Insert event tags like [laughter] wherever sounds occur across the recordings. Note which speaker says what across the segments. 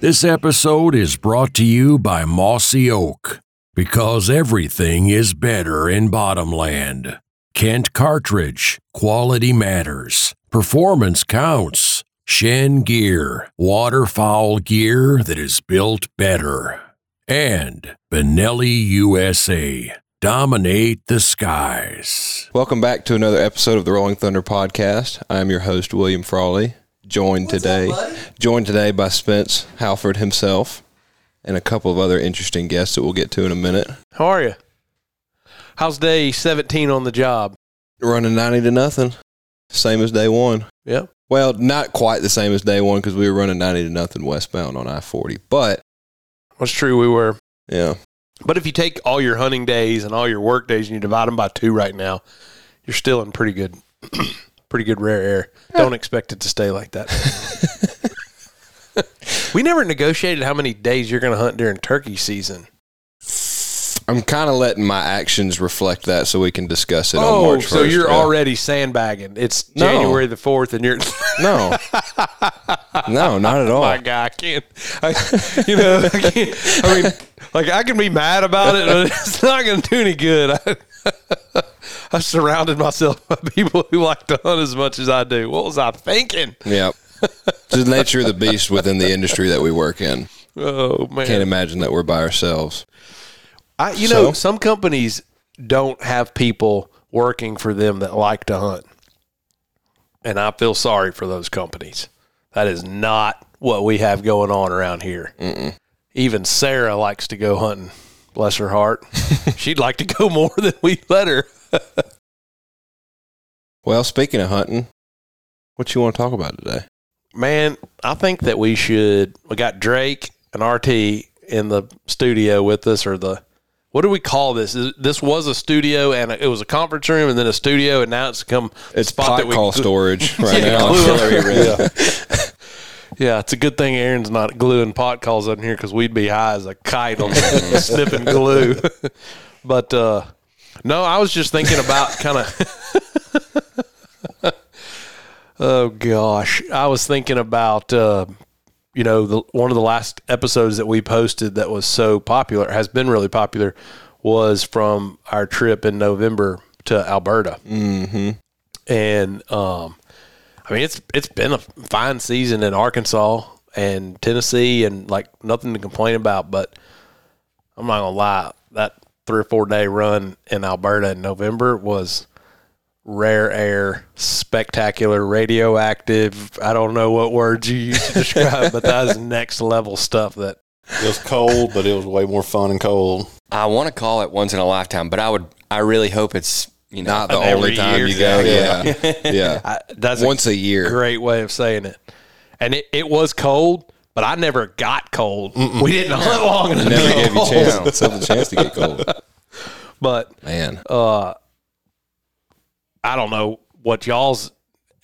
Speaker 1: This episode is brought to you by Mossy Oak because everything is better in Bottomland. Kent Cartridge, quality matters, performance counts. Shen Gear, waterfowl gear that is built better. And Benelli USA, dominate the skies.
Speaker 2: Welcome back to another episode of the Rolling Thunder podcast. I'm your host William Frawley, joined today joined today by Spence Halford himself and a couple of other interesting guests that we'll get to in a minute.
Speaker 3: How are you? How's day 17 on the job?
Speaker 2: Running 90 to nothing, same as day 1.
Speaker 3: Yep.
Speaker 2: Well, not quite the same as day 1 cuz we were running 90 to nothing westbound on I-40, but
Speaker 3: That's true. We were.
Speaker 2: yeah,
Speaker 3: But if you take all your hunting days and all your work days and you divide them by two right now, you're still in pretty good, [clears throat] pretty good rare air. Don't expect it to stay like that. we never negotiated how many days you're going to hunt during turkey season.
Speaker 2: I'm kind of letting my actions reflect that so we can discuss it on
Speaker 3: Oh,
Speaker 2: March 1st.
Speaker 3: so you're
Speaker 2: Yeah.
Speaker 3: already sandbagging. It's
Speaker 2: No.
Speaker 3: January the 4th and you're. [laughs]
Speaker 2: No. no, not at all.
Speaker 3: Oh my God, I can't. I, [laughs] you know, I, can't, I mean, like I can be mad about it, but [laughs] it's not going to do any good. I, [laughs] I surrounded myself by people who like to hunt as much as I do. What was I thinking? [laughs]
Speaker 2: Yep. It's the nature of the beast within the industry that we work in.
Speaker 3: Oh man,
Speaker 2: Can't imagine that we're by ourselves.
Speaker 3: I, you know,
Speaker 2: So?
Speaker 3: some companies don't have people working for them that like to hunt, and I feel sorry for those companies. That is not what we have going on around here. Even Sarah likes to go hunting. Bless her heart. [laughs] She'd like to go more than we let her.
Speaker 2: Well, speaking of hunting, what you want to talk about today?
Speaker 3: Man, I think that we should. We got Drake and RT in the studio with us, or the what do we call this? Is- This was a studio, and it was a conference room, and then a studio, and now it's come a
Speaker 2: It's pot call storage right
Speaker 3: [laughs] Yeah,
Speaker 2: now.
Speaker 3: glue- [laughs]
Speaker 2: [laughs] yeah.
Speaker 3: Yeah, it's a good thing Aaron's not gluing pot calls up in here because we'd be high as a kite on snipping glue. [laughs] but uh, no, I was just thinking about kind of. [laughs] oh gosh, I was thinking about uh, you know the, one of the last episodes that we posted that was so popular has been really popular was from our trip in November to Alberta and um, I mean it's it's been a fine season in Arkansas and Tennessee, and like nothing to complain about. But I'm not gonna lie, that three or four day run in Alberta in November was rare air, spectacular, radioactive. I don't know what words you use to [laughs] describe, but that is next level stuff. That
Speaker 4: It was cold, but it was way more fun and cold.
Speaker 5: I want to call it once in a lifetime, but I would, I really hope it's you know
Speaker 2: Not the
Speaker 3: Every
Speaker 2: only time
Speaker 3: year.
Speaker 2: you go. Yeah.
Speaker 3: [laughs]
Speaker 2: Yeah.
Speaker 3: I, that's a
Speaker 2: Once a year.
Speaker 3: great way of saying it. And it, it was cold, but I never got cold. We didn't hunt
Speaker 2: [laughs]
Speaker 3: long enough.
Speaker 2: [laughs] Never gave you chance,
Speaker 3: [laughs]
Speaker 2: yourself a chance to get cold.
Speaker 3: But
Speaker 2: Man.
Speaker 3: Oh. I don't know what y'all's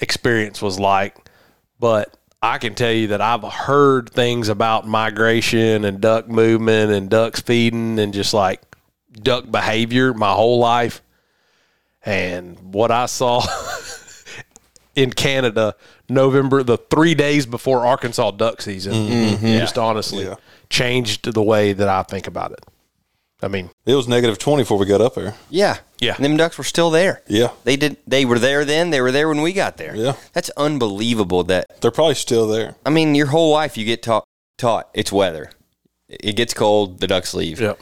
Speaker 3: experience was like, but I can tell you that I've heard things about migration and duck movement and ducks feeding and just like duck behavior my whole life. And what I saw [laughs] in Canada, November, the three days before Arkansas duck season, just honestly
Speaker 4: Mm-hmm. Yeah.
Speaker 3: changed the way that I think about it. I mean,
Speaker 4: It was negative 20 before we got up there.
Speaker 5: yeah
Speaker 3: Yeah.
Speaker 5: them ducks were still there
Speaker 4: Yeah.
Speaker 5: they did they were there then they were there when we got there
Speaker 4: Yeah.
Speaker 5: that's unbelievable that
Speaker 4: They're probably still there.
Speaker 5: I mean your whole life you get taught taught it's weather it gets cold the ducks leave
Speaker 3: yeah.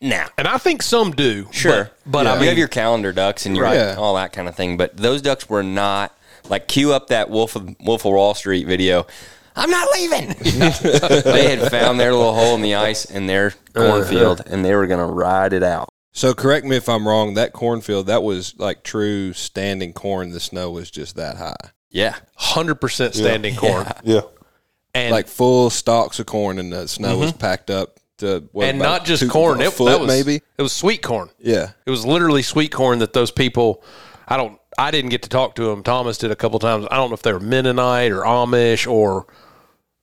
Speaker 5: now
Speaker 3: And I think some do.
Speaker 5: sure
Speaker 3: But, but I
Speaker 5: you
Speaker 3: mean,
Speaker 5: have your calendar ducks and your
Speaker 2: Right. Yeah.
Speaker 5: all that kind of thing but those ducks were not like cue up that Wolf of Wolf of Wall Street video. I'm not
Speaker 3: [laughs]
Speaker 5: leaving. they had found their little hole in the ice in their
Speaker 3: Uh-huh.
Speaker 5: cornfield, and they were going to ride it out.
Speaker 2: So correct me if I'm wrong. That cornfield, that was like true standing corn. The snow was just that high.
Speaker 5: Yeah,
Speaker 2: [laughs]
Speaker 3: hundred percent standing corn.
Speaker 4: Yeah.
Speaker 3: And Mm-hmm.
Speaker 2: like full stalks of corn, and the snow was packed up to what,
Speaker 3: and
Speaker 2: about
Speaker 3: not just
Speaker 2: two-
Speaker 3: corn.
Speaker 2: a
Speaker 3: It,
Speaker 2: foot
Speaker 3: that was,
Speaker 2: maybe.
Speaker 3: it was sweet corn.
Speaker 2: Yeah,
Speaker 3: It was literally sweet corn that those people. I don't. I didn't get to talk to them. Thomas did a couple times. I don't know if they were Mennonite or Amish or,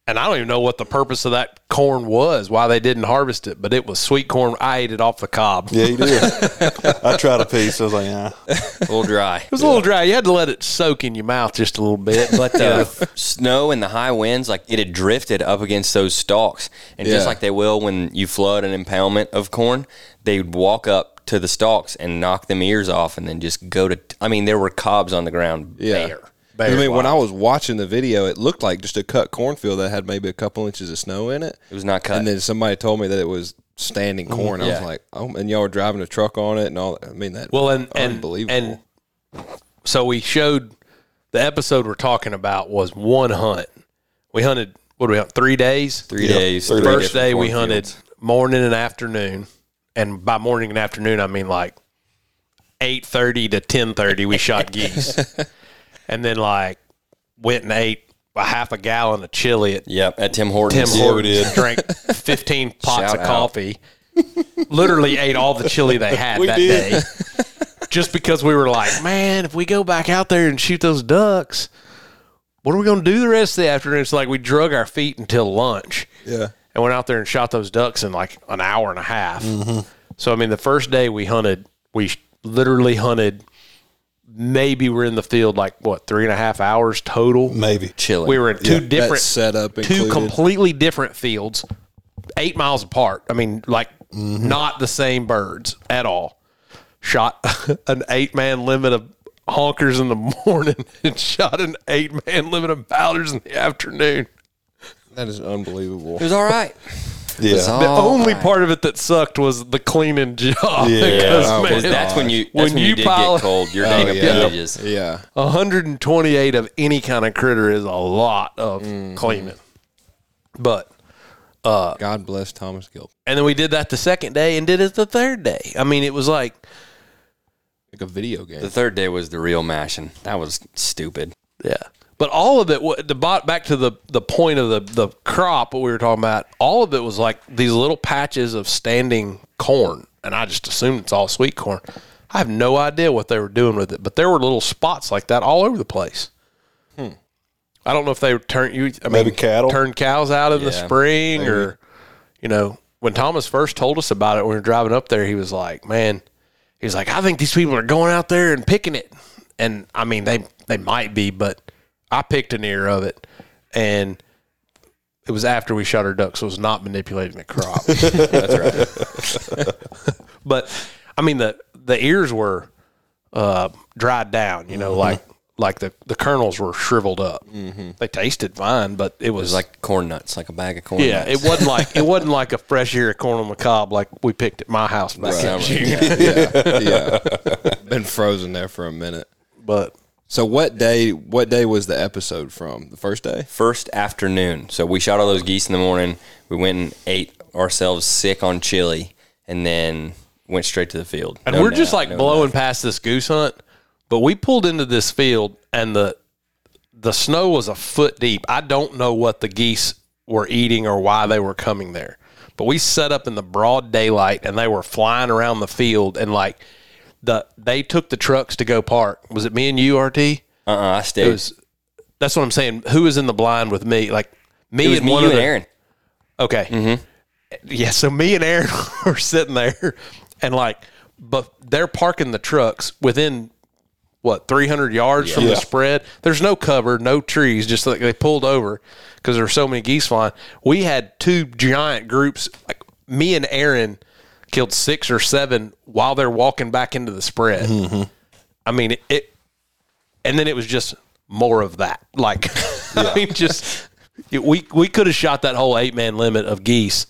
Speaker 3: and I don't even know what the purpose of that corn was. Why they didn't harvest it, but it was sweet corn. I ate it off the cob.
Speaker 4: Yeah,
Speaker 3: [laughs]
Speaker 4: you did. I tried a piece. I was like, nah.
Speaker 5: a little dry.
Speaker 3: [laughs] It was a little dry. You had to let it soak in your mouth just a little bit. uh,
Speaker 5: But
Speaker 2: [laughs]
Speaker 5: the snow and the high winds, like it had drifted up against those stalks. And
Speaker 2: Yeah.
Speaker 5: just like they will when you flood an impoundment of corn, they would walk up to the stalks and knock them ears off and then just go to. I mean, there were cobs on the ground
Speaker 2: yeah.
Speaker 5: bare.
Speaker 2: 'Cause I mean, when I was watching the video, it looked like just a cut cornfield that had maybe a couple inches of snow in it.
Speaker 5: It was not cut. Mm-hmm.
Speaker 2: And then somebody told me that it was standing corn. I
Speaker 5: Yeah.
Speaker 2: was like, oh, and y'all were driving a truck on it and all. I mean, that
Speaker 3: Well, and and
Speaker 2: unbelievable.
Speaker 3: and so we showed the episode we're talking about was one hunt. We hunted what do we hunt three days?
Speaker 5: three days.
Speaker 4: three
Speaker 5: three
Speaker 3: First
Speaker 5: different
Speaker 3: day we
Speaker 5: cornfields.
Speaker 3: hunted morning and afternoon, and by morning and afternoon I mean like eight thirty to ten thirty. We shot
Speaker 5: [laughs]
Speaker 3: geese, and then like went and ate a half a gallon of chili at
Speaker 5: Yep, at Tim
Speaker 3: Tim
Speaker 5: Hortons.
Speaker 3: Hortons
Speaker 4: did.
Speaker 3: drank 15 pots
Speaker 5: Shout
Speaker 3: of
Speaker 5: out.
Speaker 3: coffee. Literally ate all the chili they had
Speaker 4: We
Speaker 3: that
Speaker 4: did.
Speaker 3: day. Just because we were like, man, if we go back out there and shoot those ducks, what are we going to do the rest of the afternoon? It's like we drug our feet until lunch
Speaker 2: yeah,
Speaker 3: and went out there and shot those ducks in like an hour and a half. So I mean, the first day we hunted, we sh- literally hunted. Maybe we're in the field like what three and a half hours total.
Speaker 4: Maybe.
Speaker 5: Chilling.
Speaker 3: We were in two
Speaker 2: that
Speaker 3: different
Speaker 2: setup
Speaker 3: two
Speaker 2: included.
Speaker 3: completely different fields, eight miles apart. I mean, like not the same birds at all. Shot [laughs] an eight man limit of honkers in the [laughs] morning and shot an eight man limit of powders in the afternoon.
Speaker 2: that is unbelievable.
Speaker 5: It was all right.
Speaker 4: Yeah.
Speaker 5: all
Speaker 3: The only
Speaker 5: right.
Speaker 3: part of it that sucked was the cleaning [laughs] job.
Speaker 4: Yeah.
Speaker 3: Because,
Speaker 4: Oh,
Speaker 3: man,
Speaker 5: 'Cause that's when you that's when, you, did
Speaker 3: pile
Speaker 5: get cold. You're digging up
Speaker 2: Oh, yeah.
Speaker 5: the edges.
Speaker 2: Yeah,
Speaker 3: 128 of any kind of critter is a lot of cleaning. But
Speaker 2: God bless Thomas Gilp.
Speaker 3: and then we did that the second day and did it the third day. I mean, it was like
Speaker 2: Like a video game.
Speaker 5: The third day was the real mashing. That was stupid.
Speaker 3: Yeah. But all of it, wa- the bot back to the the point of the the crop what we were talking about. All of it was like these little patches of standing corn, and I just assumed it's all sweet corn. I have no idea what they were doing with it, but there were little spots like that all over the place. Hmm. I don't know if they turned you. I
Speaker 4: Maybe
Speaker 3: mean,
Speaker 4: cattle.
Speaker 3: turned cows out in the
Speaker 5: Yeah,
Speaker 3: spring, or you know, when Thomas first told us about it when we were driving up there, he was like, "Man, he was like, I think these people are going out there and picking it. And I mean, they they might be, but I picked an ear of it, and it was after we shot our ducks, so it was not manipulating the [laughs] crop. That's right. [laughs] but I mean, the the ears were uh, dried down, you know, like like the the kernels were shriveled up. They tasted fine, but Mm-hmm. it was,
Speaker 5: It was
Speaker 3: like.
Speaker 5: like corn nuts, like a bag of corn
Speaker 3: [laughs] Yeah,
Speaker 5: nuts.
Speaker 3: it wasn't like it wasn't like a fresh ear of corn on the cob like we picked at my house back in
Speaker 5: Summer.
Speaker 3: June. [laughs]
Speaker 2: yeah, yeah. Been frozen there for a minute.
Speaker 3: But
Speaker 2: So what day? What day was the episode from? The first day.
Speaker 5: first afternoon. So we shot all those geese in the morning. We went and ate ourselves sick on chili, and then went straight to the field.
Speaker 3: And
Speaker 5: No
Speaker 3: we're just
Speaker 5: nap,
Speaker 3: like
Speaker 5: no
Speaker 3: blowing past this goose hunt, but we pulled into this field and the the snow was a foot deep. I don't know what the geese were eating or why they were coming there. But we set up in the broad daylight and they were flying around the field and like the they took the trucks to go park. Was it me and you, RT? It
Speaker 5: nap. Uh-uh, I stayed. It was,
Speaker 3: was that's what I'm saying. Who was in the blind with me? Like me and
Speaker 5: me,
Speaker 3: one
Speaker 5: you,
Speaker 3: of
Speaker 5: and
Speaker 3: the,
Speaker 5: Aaron.
Speaker 3: Okay. Yeah. So me and Aaron [laughs] were sitting there, and like, but they're parking the trucks within what 300 yards from the spread. There's no cover, no trees. Just like they pulled over because there were so many geese flying. We had two giant groups. Like me and Aaron killed six or seven while they're walking back into the spread. I mean it, it, and then it was just more of that. Like, [laughs] I mean, just it- we we could have shot that whole eight man limit of geese,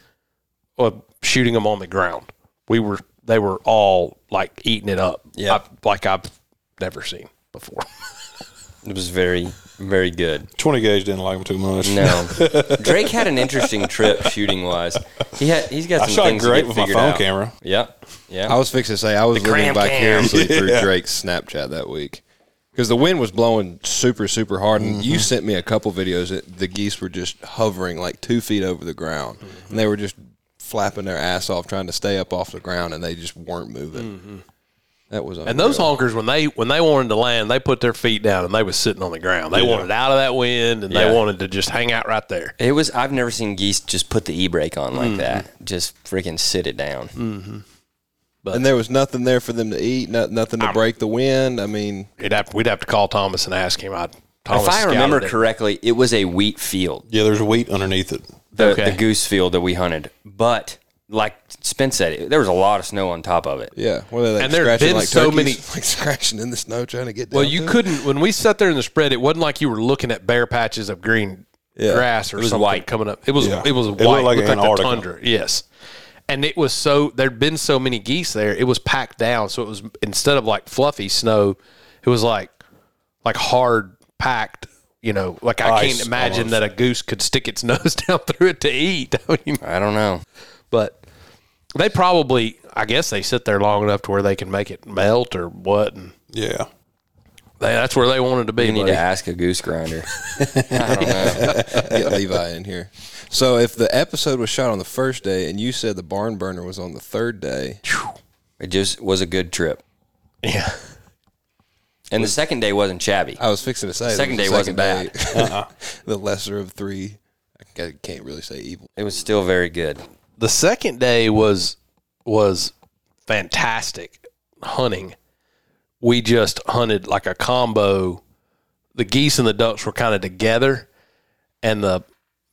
Speaker 3: or shooting them on the ground. We were they were all like eating it up.
Speaker 5: Yeah.
Speaker 3: I- like I've never seen before.
Speaker 5: It was very, very good.
Speaker 4: 20 gauge didn't like him too much.
Speaker 5: No, [laughs] Drake had an interesting trip shooting wise. He had he's got
Speaker 4: I
Speaker 5: some
Speaker 4: shot
Speaker 5: things to
Speaker 4: great
Speaker 5: get
Speaker 4: with my
Speaker 5: figured
Speaker 4: phone
Speaker 5: out.
Speaker 4: camera.
Speaker 5: Yep, yeah.
Speaker 2: I was fixing to say I was living
Speaker 3: cram cam. [laughs]
Speaker 2: vicariously through Drake's Snapchat that week because the wind was blowing super super hard, and you sent me a couple videos that the geese were just hovering like two feet over the ground,
Speaker 3: Mm-hmm.
Speaker 2: and they were just flapping their ass off trying to stay up off the ground, and they just weren't moving. That was
Speaker 3: Mm-hmm. And those
Speaker 2: unreal.
Speaker 3: honkers, when they when they wanted to land, they put their feet down and they was sitting on the ground. They wanted out of that wind and
Speaker 5: Yeah.
Speaker 3: they wanted to just hang out right there.
Speaker 5: It was. I've never seen geese just put the e brake on like that. Just freaking sit it down.
Speaker 2: and there was nothing there for them to eat, not, nothing to break the wind. I mean,
Speaker 3: It'd have, we'd have to call Thomas and ask him. I Thomas
Speaker 5: If I
Speaker 3: scouted
Speaker 5: remember
Speaker 3: it.
Speaker 5: correctly, it was a wheat field.
Speaker 4: Yeah, there's wheat underneath it.
Speaker 5: the,
Speaker 3: Okay.
Speaker 5: the goose field that we hunted. But like Spence said, it, there was a lot of snow on top of it.
Speaker 2: yeah, what are they
Speaker 3: And there have
Speaker 2: scratching
Speaker 3: been
Speaker 2: like
Speaker 3: so
Speaker 2: turkeys?
Speaker 3: many-
Speaker 2: [laughs] like scratching in the snow trying to get.
Speaker 3: Well,
Speaker 2: down
Speaker 3: you
Speaker 2: to it?
Speaker 3: couldn't. When we sat there in the spread, it wasn't like you were looking at bare patches of green
Speaker 2: Yeah.
Speaker 3: grass or
Speaker 5: was
Speaker 3: something
Speaker 5: white.
Speaker 3: coming up. It was
Speaker 4: Yeah.
Speaker 3: it was
Speaker 4: It looked
Speaker 3: white. It
Speaker 4: like
Speaker 3: looked like, the
Speaker 4: Antarctica.
Speaker 3: tundra. Yes, and it was so. There'd been so many geese there. It was packed down. So it was instead of like fluffy snow, it was like like hard packed. You know, like I
Speaker 4: Ice,
Speaker 3: can't imagine
Speaker 4: almost.
Speaker 3: that a goose could stick its [laughs] nose down through it to eat. [laughs] I mean,
Speaker 5: I don't know.
Speaker 3: but they probably, I guess, they sit there long enough to where they can make it melt or what, and
Speaker 4: Yeah.
Speaker 3: they, that's where they wanted to be.
Speaker 5: You need
Speaker 3: buddy.
Speaker 5: to ask a goose grinder.
Speaker 2: [laughs] get Levi in here. So if the episode was shot on the first day and you said the barn burner was on the third day,
Speaker 5: It just was a good trip.
Speaker 3: Yeah.
Speaker 5: And the second day wasn't shabby.
Speaker 2: I was fixing to say the
Speaker 5: Second day wasn't bad.
Speaker 2: bad. the lesser of three. I ca- can't really say evil.
Speaker 5: It was still very good.
Speaker 3: The second day was was fantastic hunting. We just hunted like a combo. The geese and the ducks were kind of together, and the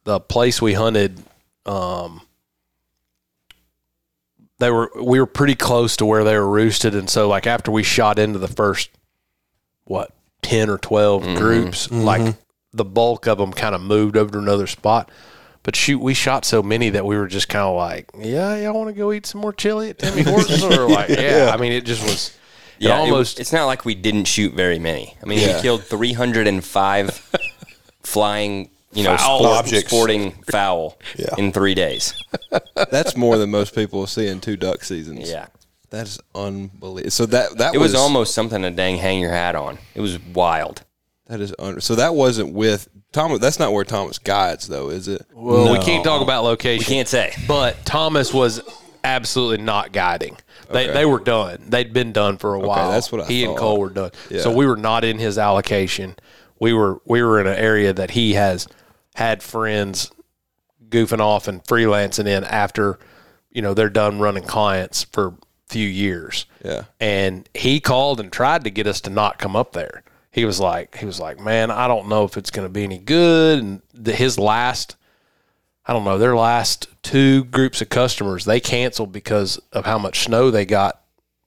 Speaker 3: the place we hunted, um, they were we were pretty close to where they were roosted, and so like after we shot into the first what ten or 12 groups, like the bulk of them kind of moved over to another spot. But shoot, we shot so many that we were just kind of like, yeah, y'all want to go eat some more chili at [laughs] Timmy Hortons? or like, yeah. I mean, it just was.
Speaker 5: Yeah,
Speaker 3: it
Speaker 5: it-
Speaker 3: almost
Speaker 5: it's not like we didn't shoot very many. I mean, we killed
Speaker 4: [laughs]
Speaker 5: 305 flying, you know,
Speaker 4: Foul
Speaker 5: sport-
Speaker 4: objects.
Speaker 5: sporting fowl
Speaker 4: Yeah.
Speaker 5: in three days.
Speaker 2: [laughs] That's more than most people see in two duck seasons.
Speaker 5: Yeah.
Speaker 2: That's unbelievable. So that that
Speaker 5: It was almost something to dang hang your hat on. It was wild.
Speaker 2: that is un- so that wasn't with Thomas. That's not where Thomas guides though, is it?
Speaker 3: well, we can't talk about location.
Speaker 5: We can't say.
Speaker 3: But Thomas was absolutely not guiding. They they were done. They'd been done for a while.
Speaker 2: that's what I
Speaker 3: He and
Speaker 2: thought.
Speaker 3: Cole were done. So
Speaker 2: Yeah.
Speaker 3: we were not in his allocation. We were we were in an area that he has had friends goofing off and freelancing in after, you know, they're done running clients for a few years.
Speaker 2: Yeah.
Speaker 3: And he called and tried to get us to not come up there. He was like he was like, "Man, I don't know if it's going to be any good." And the, his last I don't know, their last two groups of customers, they canceled because of how much snow they got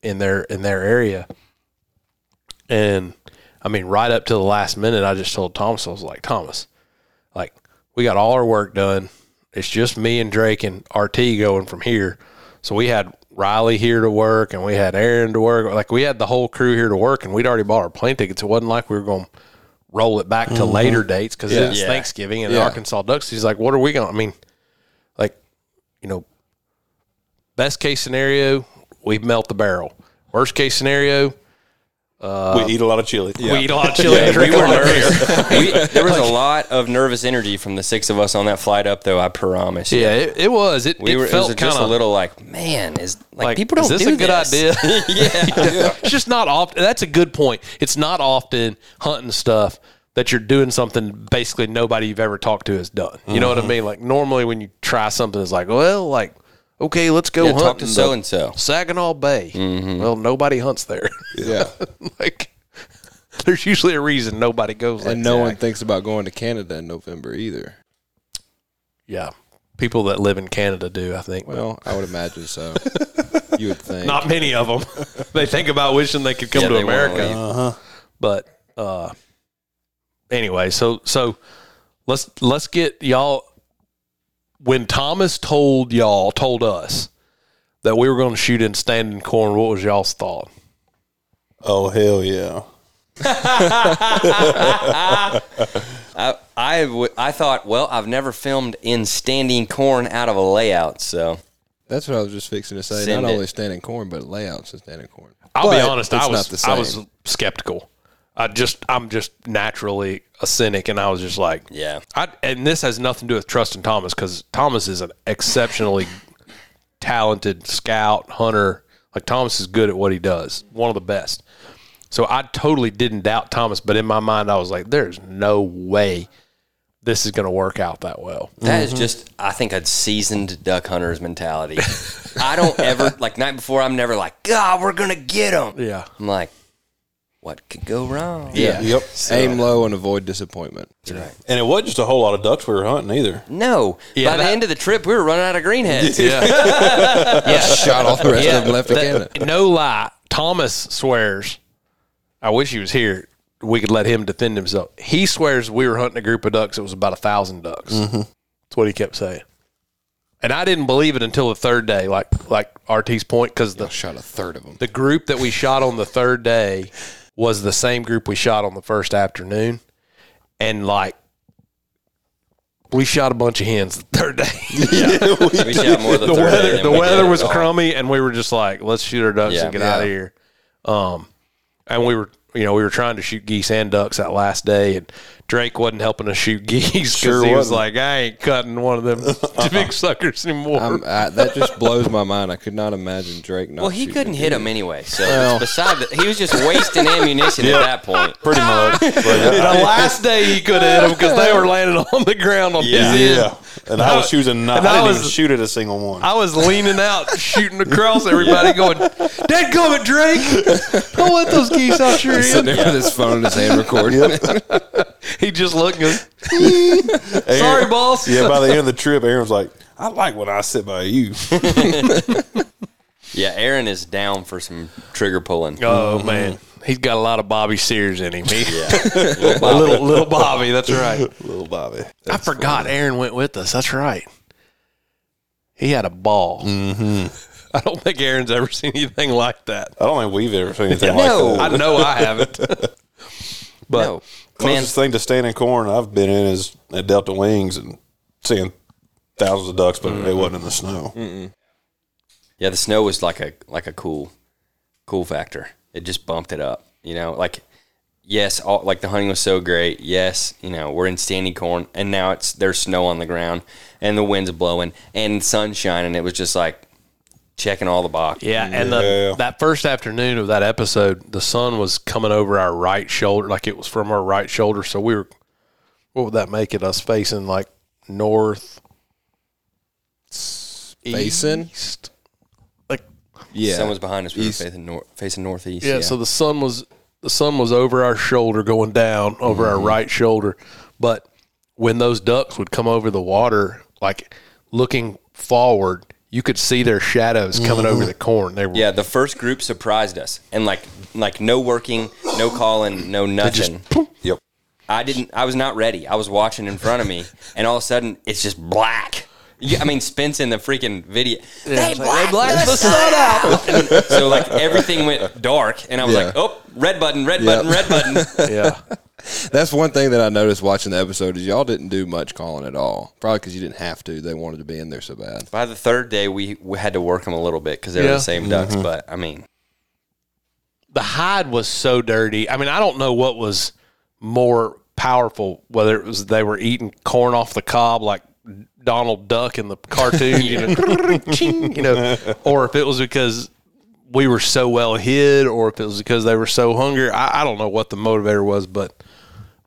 Speaker 3: in their in their area. And I mean, right up to the last minute, I just told Thomas, I was like, Thomas, like, we got all our work done. It's just me and Drake and RT going from here. So we had Riley here to work and we had Aaron to work. Like we had the whole crew here to work and we'd already bought our plane tickets. It wasn't like we were going to roll it back to later dates because it was
Speaker 5: Yeah.
Speaker 3: Thanksgiving and
Speaker 2: Yeah.
Speaker 3: Arkansas Ducks. He's like, what are we going to, I mean, like, you know, best case scenario, we melt the barrel. Worst case scenario,
Speaker 5: Uh,
Speaker 4: we eat a lot of chili. Yeah.
Speaker 3: we eat a lot of chili and drink a lot
Speaker 5: [laughs]
Speaker 3: of beer. [laughs]
Speaker 5: we, there was a lot of nervous energy from the six of us on that flight up, though. I promise. you.
Speaker 3: Yeah, it, it was. It,
Speaker 5: we
Speaker 3: it
Speaker 5: were it was
Speaker 3: felt kind
Speaker 5: just a
Speaker 3: of
Speaker 5: little like, man, is like,
Speaker 3: like
Speaker 5: people don't
Speaker 3: Is this
Speaker 5: do
Speaker 3: a good
Speaker 5: this.
Speaker 3: idea? [laughs]
Speaker 5: [laughs]
Speaker 3: [laughs] It's just not often. That's a good point. It's not often hunting stuff that you're doing something basically nobody you've ever talked to has done. You know what I
Speaker 5: Mm-hmm.
Speaker 3: mean? Like normally when you try something, it's like, well, like okay, let's go
Speaker 5: Yeah,
Speaker 3: hunt
Speaker 5: talk to so and so.
Speaker 3: Saginaw Bay. Well, nobody hunts there. [laughs]
Speaker 2: Yeah.
Speaker 3: like there's usually a reason nobody goes. like
Speaker 2: [laughs] and no
Speaker 3: that.
Speaker 2: one thinks about going to Canada in November either.
Speaker 3: Yeah, people that live in Canada do. I think.
Speaker 2: Well, I would imagine so. you would think.
Speaker 3: Not many of them. [laughs] they think about wishing they could come
Speaker 5: Yeah,
Speaker 3: to
Speaker 5: they wanna
Speaker 3: America.
Speaker 5: leave.
Speaker 3: But uh, anyway, so so let's let's get y'all. When Thomas told y'all told us that we were going to shoot in standing corn, what was y'all's thought?
Speaker 4: Oh, hell yeah.
Speaker 5: I I w- I thought, well, I've never filmed in standing corn out of a layout, so
Speaker 2: That's what I was just fixing to say.
Speaker 5: Send
Speaker 2: not
Speaker 5: it.
Speaker 2: only standing corn, but layouts of standing corn.
Speaker 3: I'll be
Speaker 2: But
Speaker 3: honest,
Speaker 2: it's
Speaker 3: I
Speaker 2: not
Speaker 3: was
Speaker 2: the
Speaker 3: I
Speaker 2: same.
Speaker 3: was skeptical. I just I'm just naturally a cynic, and I was just like,
Speaker 5: Yeah.
Speaker 3: I, and this has nothing to do with trusting Thomas because Thomas is an exceptionally talented scout hunter. Like Thomas is good at what he does, one of the best. So I totally didn't doubt Thomas, but in my mind I was like, "There's no way this is going to work out that well."
Speaker 5: That is just, I think, a seasoned duck hunter's mentality. I
Speaker 3: [laughs]
Speaker 5: don't ever, like, night before, I'm never like, God, we're going to get them.
Speaker 3: Yeah.
Speaker 5: I'm like, what could go wrong?
Speaker 3: Yeah.
Speaker 4: Yep.
Speaker 2: Aim low and avoid
Speaker 5: [laughs]
Speaker 2: disappointment.
Speaker 4: And it wasn't just a whole lot of ducks we were hunting either.
Speaker 5: No.
Speaker 3: Yeah,
Speaker 5: By the
Speaker 3: that-
Speaker 5: end of the trip, we were running out of greenheads.
Speaker 3: Yeah.
Speaker 2: Shot all the rest of them left again.
Speaker 3: [laughs] no lie, Thomas swears. I wish he was here. We could let him defend himself. He swears we were hunting a group of ducks. It was about a thousand ducks. That's what he kept saying. And I didn't believe it until the third day, like like RT's point, because the
Speaker 2: Shot a third of them.
Speaker 3: the group that we shot on the third day was the same group we shot on the first afternoon, and like we shot a bunch of hens the third day.
Speaker 5: [laughs] We shot more the,
Speaker 3: the
Speaker 5: third day
Speaker 3: weather
Speaker 5: than
Speaker 3: the
Speaker 5: we
Speaker 3: weather
Speaker 4: [laughs]
Speaker 5: did.
Speaker 3: was crummy and we were just like let's shoot our ducks
Speaker 5: Yeah.
Speaker 3: and get out of
Speaker 2: Yeah.
Speaker 3: here um and we were you know we were trying to shoot geese and ducks that last day and drake wasn't helping us shoot [laughs] geese because
Speaker 4: Sure
Speaker 3: he was
Speaker 4: wasn't.
Speaker 3: like i ain't cutting one of them [laughs]
Speaker 4: [laughs]
Speaker 3: big suckers anymore
Speaker 2: I'm, I, that just blows my mind. I could not imagine Drake not.
Speaker 5: Well, he
Speaker 2: shooting
Speaker 5: couldn't
Speaker 2: a
Speaker 5: hit
Speaker 2: deer.
Speaker 5: him anyway. So, beside that, he was just
Speaker 3: [laughs]
Speaker 5: wasting ammunition at that point.
Speaker 4: Pretty
Speaker 3: Ah!
Speaker 4: much.
Speaker 3: [laughs]
Speaker 4: But,
Speaker 3: the
Speaker 4: uh,
Speaker 3: last day he could have hit them because they were landing on the ground on
Speaker 4: [laughs] yeah.
Speaker 3: his end.
Speaker 4: And I was choosing not.
Speaker 3: And I
Speaker 4: I didn't even
Speaker 3: was-
Speaker 4: shoot at a single one.
Speaker 3: I was leaning out, shooting across
Speaker 4: [laughs]
Speaker 3: everybody, going, "Dead gummit, Drake! Don't let those geese out
Speaker 4: [laughs]
Speaker 3: your end."
Speaker 2: Sitting there with his phone in his hand recording. [laughs]
Speaker 3: He just looked and goes,
Speaker 4: Aaron-
Speaker 3: "Sorry, boss."
Speaker 4: Yeah, by the end
Speaker 3: [laughs]
Speaker 4: of the trip, Aaron was like, I like when I sit by you.
Speaker 5: Yeah, Aaron is down for some trigger pulling.
Speaker 3: Oh man, he's got a lot of Bobby Sears in him. [laughs] little, Bobby. little little Bobby, [laughs] that's right.
Speaker 4: Little Bobby.
Speaker 3: I forgot Aaron went with us. That's right. He had a ball. Mm-hmm. [laughs] I don't think Aaron's ever seen anything like [laughs] that.
Speaker 4: I don't think we've ever seen anything
Speaker 5: No.
Speaker 4: like that.
Speaker 3: I know I haven't. but
Speaker 5: no. Man,
Speaker 4: Closest thing to standing corn I've been in is at Delta Wings and seeing thousands of ducks, but it wasn't in the snow.
Speaker 5: Yeah, the snow was like a like a cool cool factor. It just bumped it up. You know, like yes, all, like the hunting was so great. Yes, you know, we're in standing corn and now it's there's snow on the ground and the wind's blowing and sun's shining. It was just like checking all the
Speaker 3: [laughs]
Speaker 5: boxes.
Speaker 3: yeah, and
Speaker 4: Yeah.
Speaker 3: the, that first afternoon of that episode, the sun was coming over our right shoulder, like it was from our right shoulder. So we were, what would that make it? Us facing like north,
Speaker 2: Facing?
Speaker 3: east, like
Speaker 2: Yeah,
Speaker 5: Sun was behind us. We were facing, nor- facing northeast.
Speaker 3: Yeah, so the sun was the sun was over our shoulder going down over
Speaker 5: Mm-hmm.
Speaker 3: our right shoulder. But when those ducks would come over the water, like looking forward, you could see their shadows coming over
Speaker 5: Mm-hmm.
Speaker 3: the corn. They were
Speaker 5: Yeah, the first group surprised us, and like like no working, no calling, no nothing.
Speaker 4: Yep.
Speaker 5: I didn't. I was not ready. I was watching in front of me, and all of a sudden, it's just black. Yeah, I mean, Spence in the freaking video. they, blacked the sun out. And so like everything went dark, and I was
Speaker 2: Yeah.
Speaker 5: like, oh, red button, red button, red button.
Speaker 3: [laughs] yeah.
Speaker 2: that's one thing that I noticed watching the episode is y'all didn't do much calling at all. Probably because you didn't have to. They wanted to be in there so bad.
Speaker 5: By the third day, we, we had to work them a little bit because they were
Speaker 3: Yeah.
Speaker 5: the same ducks. But I mean,
Speaker 3: the hide was so dirty. I mean, I don't know what was more powerful, whether it was they were eating corn off the cob like Donald Duck in the cartoon, you, know, ching, you know, or if it was because we were so well hid, or if it was because they were so hungry. I, I don't know what the motivator was, but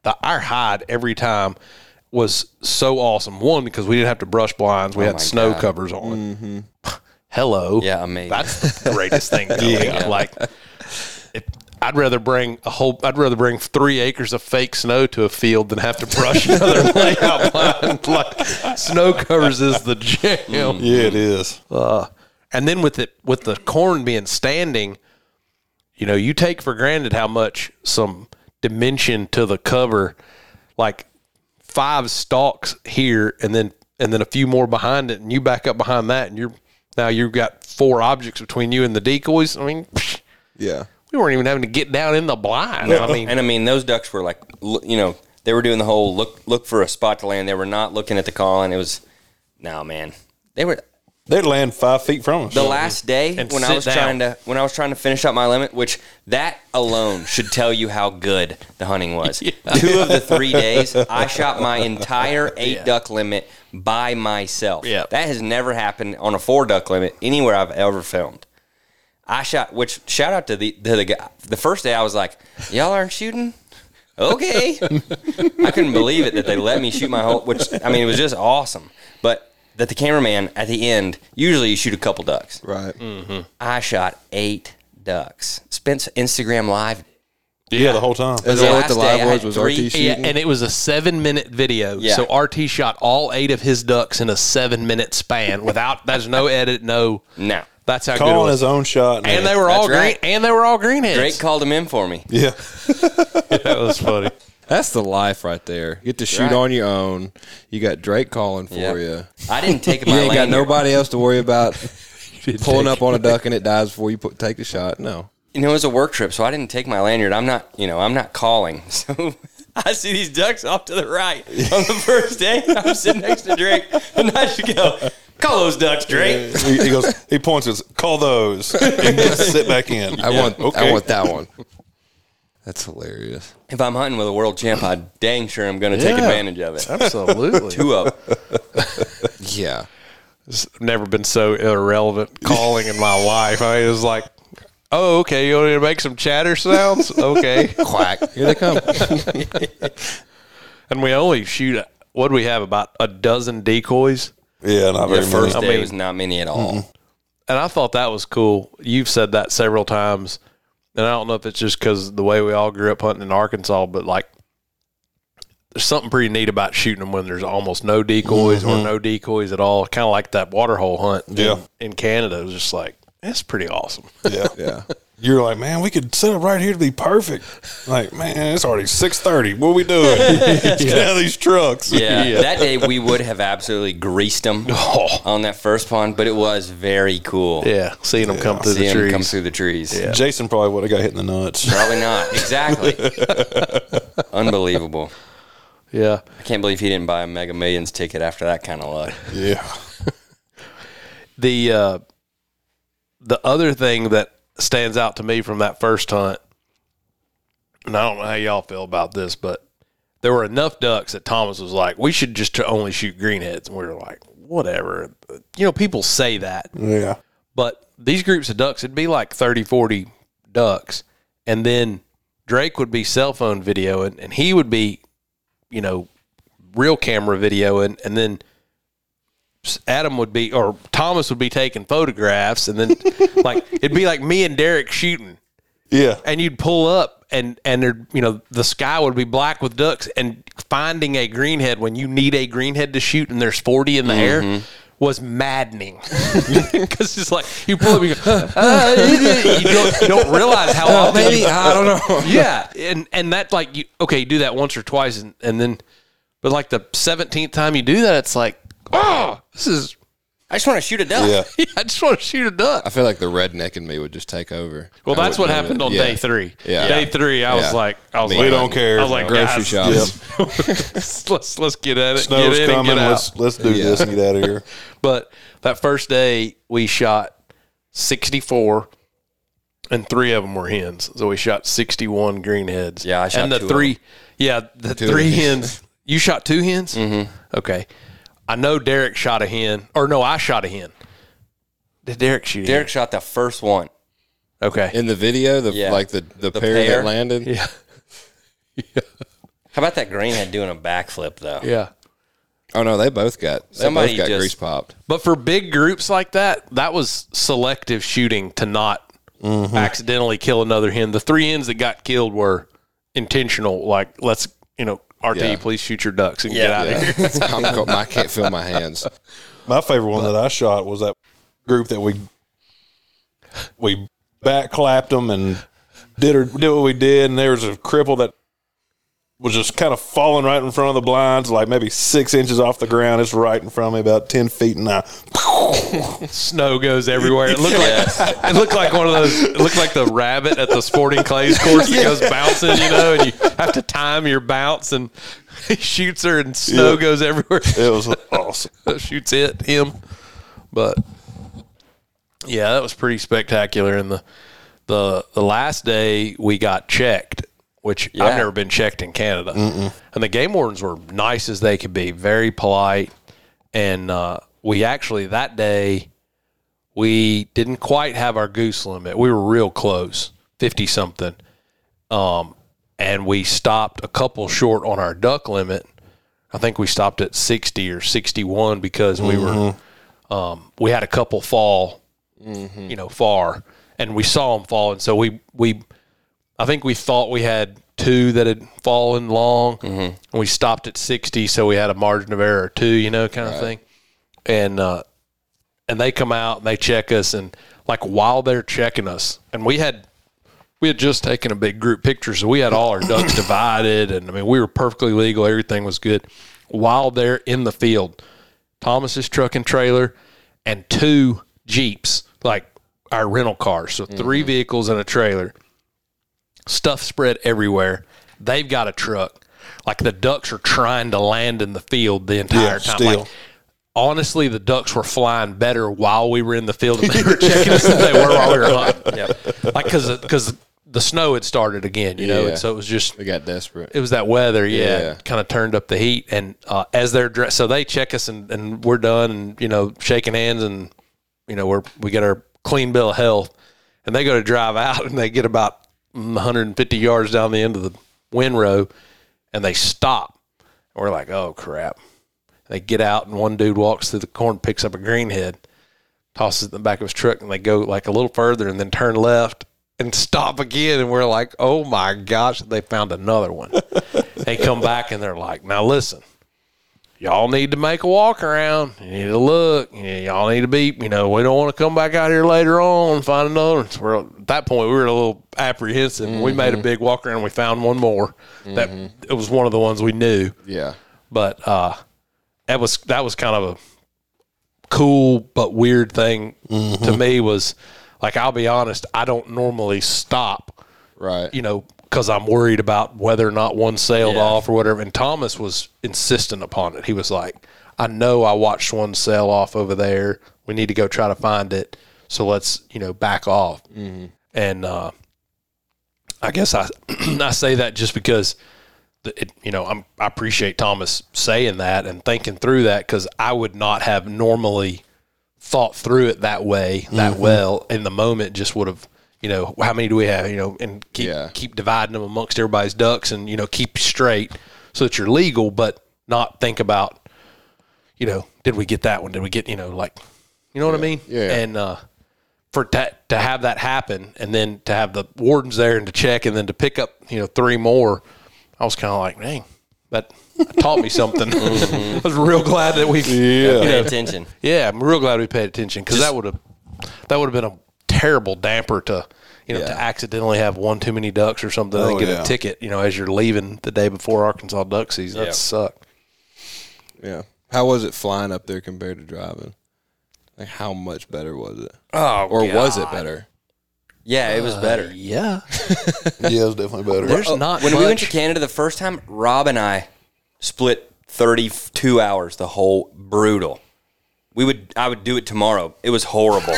Speaker 3: the, our hide every time was so awesome. One, because we didn't have to brush blinds, we had snow covers on. [sighs] Hello.
Speaker 5: yeah, amazing.
Speaker 3: That's the greatest thing. Going. Like, if, I'd rather bring a whole. I'd rather bring three acres of fake snow to a field than have to brush [laughs] another layout blind. Like, snow covers is the jam.
Speaker 4: Yeah, it is.
Speaker 3: And then with it, with the corn being standing, you know, you take for granted how much some dimension to the cover, like five stalks here, and then and then a few more behind it, and you back up behind that, and you're now you've got four objects between you and the decoys. I mean,
Speaker 2: Yeah,
Speaker 3: we weren't even having to get down in the blind. I mean,
Speaker 5: and I mean, those ducks were like, l- you know, they were doing the whole look look for a spot to land. They were not looking at the call, and it was, no man, they were.
Speaker 4: They'd land five feet from us.
Speaker 5: the last day
Speaker 3: And
Speaker 5: when I
Speaker 3: sit
Speaker 5: was
Speaker 3: down.
Speaker 5: trying to when I was trying to finish up my limit, which that alone should tell you how good the hunting was. Two of the three days, I shot my entire eight duck limit by myself.
Speaker 3: Yeah.
Speaker 5: that has never happened on a four duck limit anywhere I've ever filmed. I shot, which shout out to the to the guy. The first day I was like, "Y'all aren't shooting." Okay, I couldn't believe it that they let me shoot my whole. Which I mean, it was just awesome. But that the cameraman at the end, usually you shoot a couple ducks.
Speaker 2: Right.
Speaker 5: Mm. I shot eight ducks. Spence Instagram live.
Speaker 4: yeah, the whole time.
Speaker 2: Is
Speaker 5: The
Speaker 2: that what
Speaker 5: last
Speaker 2: the
Speaker 5: day
Speaker 2: live
Speaker 5: I
Speaker 2: was?
Speaker 5: had
Speaker 2: Was
Speaker 5: three-
Speaker 2: RT
Speaker 5: yeah,
Speaker 2: shooting?
Speaker 3: Yeah, and it was a seven minute video.
Speaker 5: Yeah.
Speaker 3: So RT shot all eight of his ducks in a seven minute span without there's no edit, no
Speaker 5: No.
Speaker 3: that's how good it
Speaker 4: Calling
Speaker 3: was.
Speaker 4: his own shot. And,
Speaker 3: and they were
Speaker 5: That's
Speaker 3: all green
Speaker 5: right.
Speaker 3: and they were all greenheads.
Speaker 5: Drake called him in for me.
Speaker 4: yeah.
Speaker 3: That was funny.
Speaker 2: That's the life right there. You get to shoot
Speaker 5: Right.
Speaker 2: on your own. You got Drake calling for
Speaker 5: Yeah.
Speaker 2: you. [laughs]
Speaker 5: I didn't take
Speaker 2: You
Speaker 5: my
Speaker 2: ain't got
Speaker 5: lanyard.
Speaker 2: nobody else to worry [laughs] about pulling up on a duck and it dies before you put, take the shot. No.
Speaker 5: You know, it was a work trip, so I didn't take my lanyard. I'm not, you know, I'm not calling. [laughs] So I see these ducks off to the right on the first day. I'm sitting next to Drake, and I should go call those ducks, Drake.
Speaker 4: he, he goes. He points. Us, Call those. and just sit back in.
Speaker 2: I want
Speaker 4: Okay.
Speaker 2: I want that one. [laughs] That's hilarious.
Speaker 5: If I'm hunting with a world champ, I dang sure I'm going to take
Speaker 3: Yeah.
Speaker 5: advantage of it.
Speaker 3: Absolutely.
Speaker 5: Two of 'em.
Speaker 2: [laughs] Yeah.
Speaker 3: Never been so irrelevant calling in my life. I mean, it was like, oh, okay, you want me to make some chatter sounds? Okay.
Speaker 2: [laughs] Quack. Here they come.
Speaker 3: [laughs] and we only shoot, what do we have, about a dozen decoys?
Speaker 4: Yeah, not
Speaker 5: The
Speaker 4: very
Speaker 5: first
Speaker 4: first.
Speaker 5: day
Speaker 3: mean-
Speaker 5: was not many at all.
Speaker 3: And I thought that was cool. You've said that several times. And I don't know if it's just because the way we all grew up hunting in Arkansas, but like there's something pretty neat about shooting them when there's almost no decoys
Speaker 5: Mm-hmm.
Speaker 3: or no decoys at all. Kind of like that waterhole hunt
Speaker 4: Yeah.
Speaker 3: in, in Canada. It was just like, that's pretty awesome.
Speaker 4: Yeah.
Speaker 2: Yeah.
Speaker 4: You're like, man, we could set up right here to be perfect. Like, man, it's already six thirty. What are we doing? [laughs] Let's Get out of these
Speaker 3: [laughs]
Speaker 4: trucks.
Speaker 5: Yeah, that day we would have absolutely greased them on that first pond, but it was very cool.
Speaker 3: Oh. Yeah. [laughs] Seeing them come through
Speaker 5: Seeing
Speaker 3: the
Speaker 5: 'em
Speaker 3: trees.
Speaker 5: come through the trees.
Speaker 4: Jason probably would have got hit in the nuts.
Speaker 3: [laughs]
Speaker 5: Probably not. Exactly. Unbelievable.
Speaker 3: Yeah.
Speaker 5: I can't believe he didn't buy a Mega Millions ticket after that kind of luck.
Speaker 4: Yeah.
Speaker 3: the uh, the other thing that stands out to me from that first hunt, and I don't know how y'all feel about this, but there were enough ducks that Thomas was like, "We should just to only shoot greenheads," and we were like, "Whatever." You know, people say that,
Speaker 4: [laughs] Yeah.
Speaker 3: but these groups of ducks, it'd be like 30, 40 ducks. And then Drake would be cell phone videoing and he would be, you know, real camera videoing. And then Adam would be, or Thomas would be taking photographs. And then, [laughs] like, it'd be like me and Derek shooting.
Speaker 4: Yeah.
Speaker 3: And you'd pull up and, and there, you know, the sky would be black with ducks. And finding a greenhead when you need a greenhead to shoot and there's 40 in the air.
Speaker 2: Mm-hmm.
Speaker 3: Was maddening [laughs] because it's like you pull up, you, go,
Speaker 2: [laughs]
Speaker 3: "Ah," [laughs] you don't, you don't realize how often you
Speaker 2: Ah, Maybe I don't know.
Speaker 3: [laughs] yeah, and and that like you okay, you do that once or twice, and, and then, but like the seventeenth time you do that, it's like, oh, this is. [laughs]
Speaker 5: I just want to shoot a duck.
Speaker 4: Yeah.
Speaker 3: I just want to shoot a duck.
Speaker 2: I feel like the redneck in me would just take over.
Speaker 3: Well,
Speaker 2: I
Speaker 3: that's what
Speaker 2: wouldn't
Speaker 3: happened
Speaker 2: do it.
Speaker 3: on
Speaker 2: Yeah.
Speaker 3: day three.
Speaker 2: Yeah.
Speaker 3: Day three, I
Speaker 2: Yeah.
Speaker 3: was like, I was
Speaker 2: Me.
Speaker 4: We
Speaker 3: like,
Speaker 4: don't care.
Speaker 3: I was like,
Speaker 2: Grocery
Speaker 3: grocery
Speaker 2: shop.
Speaker 3: [laughs] let's, let's let's get at it.
Speaker 4: Snow's
Speaker 3: get in and
Speaker 4: coming.
Speaker 3: get out.
Speaker 4: Let's let's do
Speaker 2: Yeah.
Speaker 4: this and get out of here.
Speaker 3: But that first day, we shot 64, and three of them were hens. So we shot 61 greenheads.
Speaker 5: Yeah, I shot
Speaker 3: And the
Speaker 5: two of
Speaker 3: three, yeah, the three hens. You shot two hens? Mm-hmm. Okay. I know Derek shot a hen, or no, I shot a hen. Did Derek shoot? a hen?
Speaker 5: Derek shot the first one.
Speaker 3: Okay.
Speaker 2: In the video, the
Speaker 5: Yeah.
Speaker 2: like the, the,
Speaker 5: The
Speaker 2: pair,
Speaker 5: pair.
Speaker 2: that landed.
Speaker 3: Yeah.
Speaker 5: How about that greenhead doing a backflip though?
Speaker 3: Yeah.
Speaker 2: Oh no, they both got they
Speaker 5: Somebody
Speaker 2: both got
Speaker 5: just-
Speaker 2: grease
Speaker 5: [laughs]
Speaker 2: popped.
Speaker 3: But for big groups like that, that was selective shooting to not accidentally kill another hen. The three hens that got killed were intentional. Like, let's, you know, RT,
Speaker 2: Yeah.
Speaker 3: please shoot your ducks and get out of here.
Speaker 2: I'm co- I can't feel my hands.
Speaker 4: My favorite one that I shot was that group that we we back clapped them and did or did what we did, and there was a cripple that was just kind of falling right in front of the blinds, like maybe six inches off the ground. It's right in front of me, about ten feet, and I [laughs]
Speaker 3: Snow goes everywhere. It looked like it looked like one of those. It looked like the rabbit at the sporting clays course that goes bouncing, you know, and you have to time your bounce. And [laughs] he shoots her, and snow
Speaker 4: Yeah.
Speaker 3: goes everywhere. [laughs]
Speaker 4: it was awesome.
Speaker 3: shoots it him. But yeah, that was pretty spectacular. And the the the last day we got checked, which I've
Speaker 5: Yeah.
Speaker 3: never been checked in Canada. And the game wardens were nice as they could be, very polite. And uh, we actually that day we didn't quite have our goose limit. We were real close, fifty something. Um, and we stopped a couple short on our duck limit. I think we stopped at sixty or sixty-one because we were um, we had a couple fall, you know, far, and we saw them fall, and so we we I think we thought we had two that had fallen long, and we stopped at sixty, so we had a margin of error of two, you know, kind of thing, and uh, and they come out and they check us, and like while they're checking us, and we had we had just taken a big group picture, so we had all our ducks [coughs] divided, and I mean, we were perfectly legal. Everything was good. While they're in the field, Thomas's truck and trailer, and two Jeeps, like our rental cars, so 3 vehicles and a trailer. Stuff spread everywhere. They've got a truck. Like the ducks are trying to land in the field the entire time. Like,
Speaker 4: still.
Speaker 3: honestly, the ducks were flying better while we were in the field and they were [laughs] checking us than they were while we were hunting. Like, because the snow had started again, you know,
Speaker 2: Yeah.
Speaker 3: and so it was just
Speaker 2: They got desperate.
Speaker 3: it was that weather, yeah,
Speaker 2: Yeah.
Speaker 3: kind of turned up the heat. And uh, as they're dressed, so they check us and, and we're done, and you know, shaking hands, and you know, we're we get our clean bill of health, and they go to drive out, [laughs] and they get about mm, 150 yards down the end of the windrow, and they stop. And we're like, oh crap! They get out, and one dude walks through the corn, picks up a greenhead, tosses it in the back of his truck, and they go like a little further, and then turn left. And stop again, and we're like, "Oh my gosh!" They found another one they come back and they're like, now listen, y'all need to make a walk around. You need to look. You know, Y'all need to be, you know, we don't want to come back out here later on and find another. one." So we're, at that point, we were a little apprehensive. We made a big walk around. We found one more. That it was one of the ones we knew,
Speaker 2: Yeah.
Speaker 3: but uh, that was that was kind of a cool but weird thing to me. Was like, I'll be honest, I don't normally stop
Speaker 2: Right.
Speaker 3: you know, because I'm worried about whether or not one sailed off or whatever. And Thomas was insistent upon it. He was like, I know I watched one sail off over there. We need to go try to find it. So let's, you know, back off. And uh, I guess I, [clears throat] I say that just because, the- it, you know, I'm, I appreciate Thomas saying that and thinking through that because I would not have normally thought through it that way, that
Speaker 2: Mm-hmm.
Speaker 3: well in the moment just would have, you know, how many do we have, you know, and keep,
Speaker 2: Yeah.
Speaker 3: keep dividing them amongst everybody's ducks and, you know, keep straight so that you're legal, but not think about, you know, did we get that one? Did we get, you know, like, you know what I mean?
Speaker 2: Yeah.
Speaker 3: And, uh, for that to have that happen and then to have the wardens there and to check and then to pick up you know three more i was kind of like dang that taught me [laughs] something i was real glad that we
Speaker 4: Yeah.
Speaker 5: Pay attention.
Speaker 3: yeah i'm real glad we paid attention because that would have that would have been a terrible damper to you know to accidentally have one too many ducks or something and
Speaker 4: Oh,
Speaker 3: get
Speaker 4: yeah.
Speaker 3: a ticket you know as you're leaving the day before arkansas duck season that sucked
Speaker 2: Yeah. How was it flying up there compared to driving? Like, how much better was it?
Speaker 3: oh
Speaker 2: Or was it better?
Speaker 5: Yeah, it was better.
Speaker 3: yeah
Speaker 4: yeah, it's definitely better.
Speaker 3: there's not
Speaker 5: Oh, when we went to
Speaker 3: much-
Speaker 5: Canada the first time, Rob and I split 32 hours the whole brutal. We would I would do it tomorrow. It
Speaker 3: [laughs]
Speaker 5: was horrible.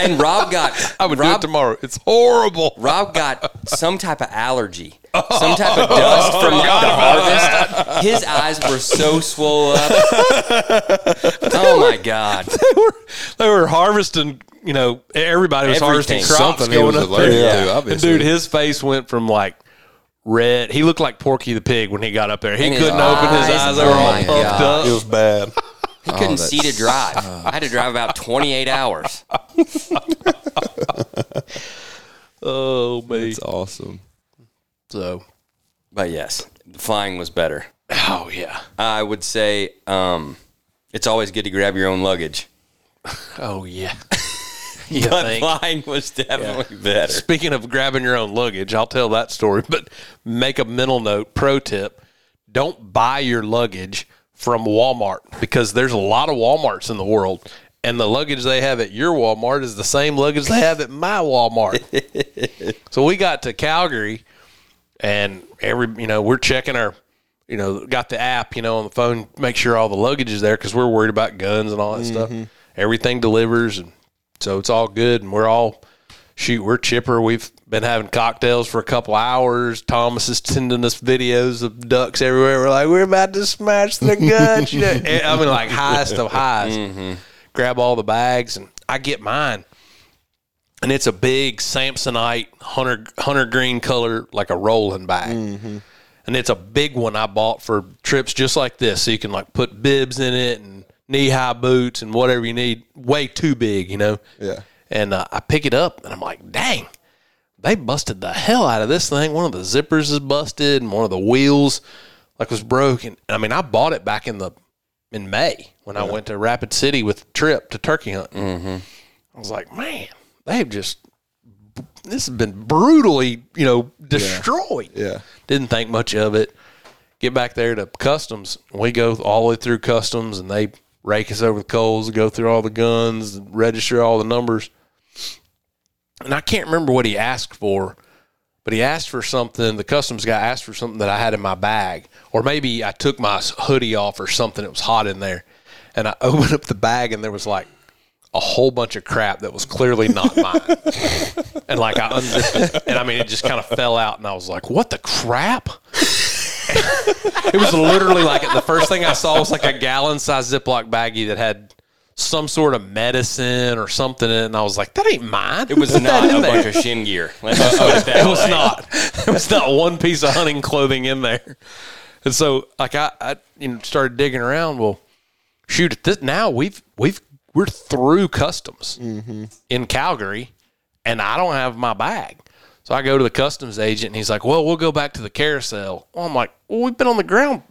Speaker 5: and Rob got
Speaker 3: i would do
Speaker 5: Rob
Speaker 3: it tomorrow it's horrible
Speaker 5: Rob got some type of allergy,
Speaker 3: Oh.
Speaker 5: some type of dust from the harvest. His eyes were so swollen
Speaker 3: [laughs]
Speaker 5: up. Oh my god!
Speaker 3: they were harvesting. You know, everybody was
Speaker 5: Everything.
Speaker 3: harvesting crops
Speaker 2: Something he
Speaker 3: going
Speaker 2: was
Speaker 3: up there.
Speaker 2: allergic to,
Speaker 3: And
Speaker 2: obviously.
Speaker 3: dude, his face went from like red. He looked like Porky the Pig when he got up there. He
Speaker 5: And his
Speaker 3: couldn't open his
Speaker 5: eyes,
Speaker 3: eyes; they were
Speaker 5: oh
Speaker 3: all
Speaker 5: my
Speaker 3: puffed
Speaker 5: God.
Speaker 4: It
Speaker 3: up.
Speaker 4: was bad.
Speaker 5: He couldn't see to drive. Oh, I had to drive about twenty eight hours.
Speaker 3: Oh me!
Speaker 2: It's awesome.
Speaker 3: So,
Speaker 5: But yes, the flying was better.
Speaker 3: oh yeah. [laughs]
Speaker 5: I would say um, it's always good to grab your own luggage.
Speaker 3: Oh yeah. you
Speaker 5: But
Speaker 3: think?
Speaker 5: flying was definitely
Speaker 3: [laughs]
Speaker 5: better.
Speaker 3: Speaking of grabbing your own luggage, I'll tell that story, [laughs] but make a mental note. Pro tip don't buy your luggage from Walmart because there's a lot of Walmarts in the world, and the luggage they have at your Walmart is the same luggage they have at my Walmart. so we got to Calgary, and every, you know, we're checking our. You know, got the app, you know, on the phone, make sure all the luggage is there because we're worried about guns and all that stuff. everything delivers, and so it's all good. And we're all shoot, we're chipper. We've been having cocktails for a couple hours. Thomas is sending us videos of ducks everywhere. We're like, we're about to smash the guts. you know, and I mean, like highest of highs. Grab all the bags, and I get mine. And it's a big Samsonite hunter hunter green color, like a rolling bag and it's a big one I bought for trips just like this. So you can like put bibs in it and knee high boots and whatever you need. Way too big, you know.
Speaker 2: Yeah.
Speaker 3: And uh, I pick it up and I'm like, dang, they busted the hell out of this thing. One of the zippers is busted and one of the wheels like was broken. I mean, I bought it back in the in May when I went to Rapid City with trip to turkey hunt. Mm-hmm. I was like, man, they've just this has been brutally, you know, destroyed.
Speaker 2: Yeah.
Speaker 3: Didn't think much of it. Get back there to customs. We go all the way through customs and they rake us over the coals, go through all the guns, register all the numbers. And I can't remember what he asked for, but he asked for something. The customs guy asked for something that I had in my bag, or maybe I took my hoodie off or something. It was hot in there. And I [laughs] opened up the bag and there was like a whole bunch of crap that was clearly not mine. [laughs] and like I unzipped it, and I mean it just kind of fell out, and I was like, "What the crap?" [laughs] it was literally like the first thing I saw was like a gallon size Ziploc baggie that had some sort of medicine or something in it, and I was like, "That ain't mine."
Speaker 5: It was [laughs] not a bunch of shin [laughs] gear. Let's just put it that
Speaker 3: It was
Speaker 5: way.
Speaker 3: not. There was not one piece of hunting clothing in there. And so, like I, I you know, started digging around. Well, shoot, at this now we've we've we're through customs in Calgary, and I don't have my bag. So I go to the customs agent, and he's like, "Well, we'll go back to the carousel." Well, I'm like, "Well, we've been on the ground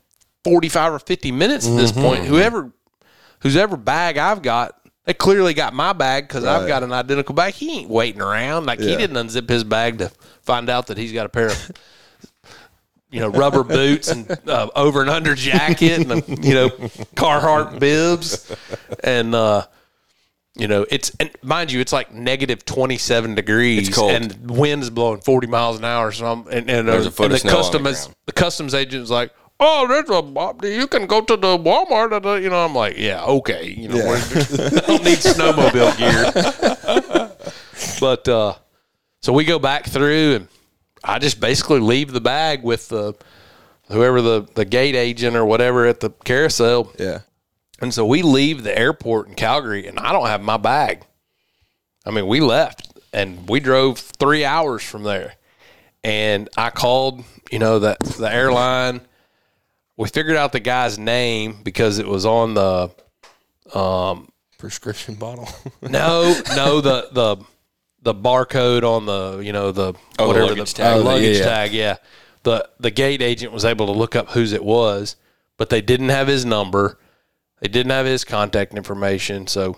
Speaker 3: forty-five or fifty minutes at this point.
Speaker 5: Mm-hmm.
Speaker 3: Whoever, whose ever bag I've got." They clearly got my bag because I've got an identical bag. He ain't waiting around. Like he didn't unzip his bag to find out that he's got a pair of you know, rubber boots and uh, over and under jacket and, a, you know, Carhartt bibs. And, uh, you know, it's, and mind you, it's like negative 27 degrees
Speaker 5: It's cold.
Speaker 3: and wind is blowing 40 miles an hour. So I'm, and, and, uh,
Speaker 5: There's a foot
Speaker 3: and
Speaker 5: of
Speaker 3: the
Speaker 5: snow on the
Speaker 3: customs,
Speaker 5: ground.
Speaker 3: the customs agent's like, Oh, there's a Bob. You can go to the Walmart. Or the, you know, I'm like, yeah, okay. You know, we're-
Speaker 5: [laughs]
Speaker 3: I [laughs] don't need snowmobile gear. [laughs] but uh, so we go back through, and I just basically leave the bag with the whoever the the gate agent or whatever at the carousel.
Speaker 2: Yeah.
Speaker 3: And so we leave the airport in Calgary, and I don't have my bag. I mean, we left and we drove three hours from there. And I called, you know, the, the airline. We figured out the guy's name because it was on the
Speaker 2: Prescription bottle. [laughs]
Speaker 3: no, no, the the the barcode on the you know the
Speaker 5: the
Speaker 3: whatever
Speaker 5: luggage
Speaker 3: the
Speaker 5: tag.
Speaker 2: Oh, the-
Speaker 3: luggage
Speaker 2: yeah, yeah.
Speaker 3: tag, yeah. The the gate agent was able to look up whose it was, but they didn't have his number. They didn't have his contact information, so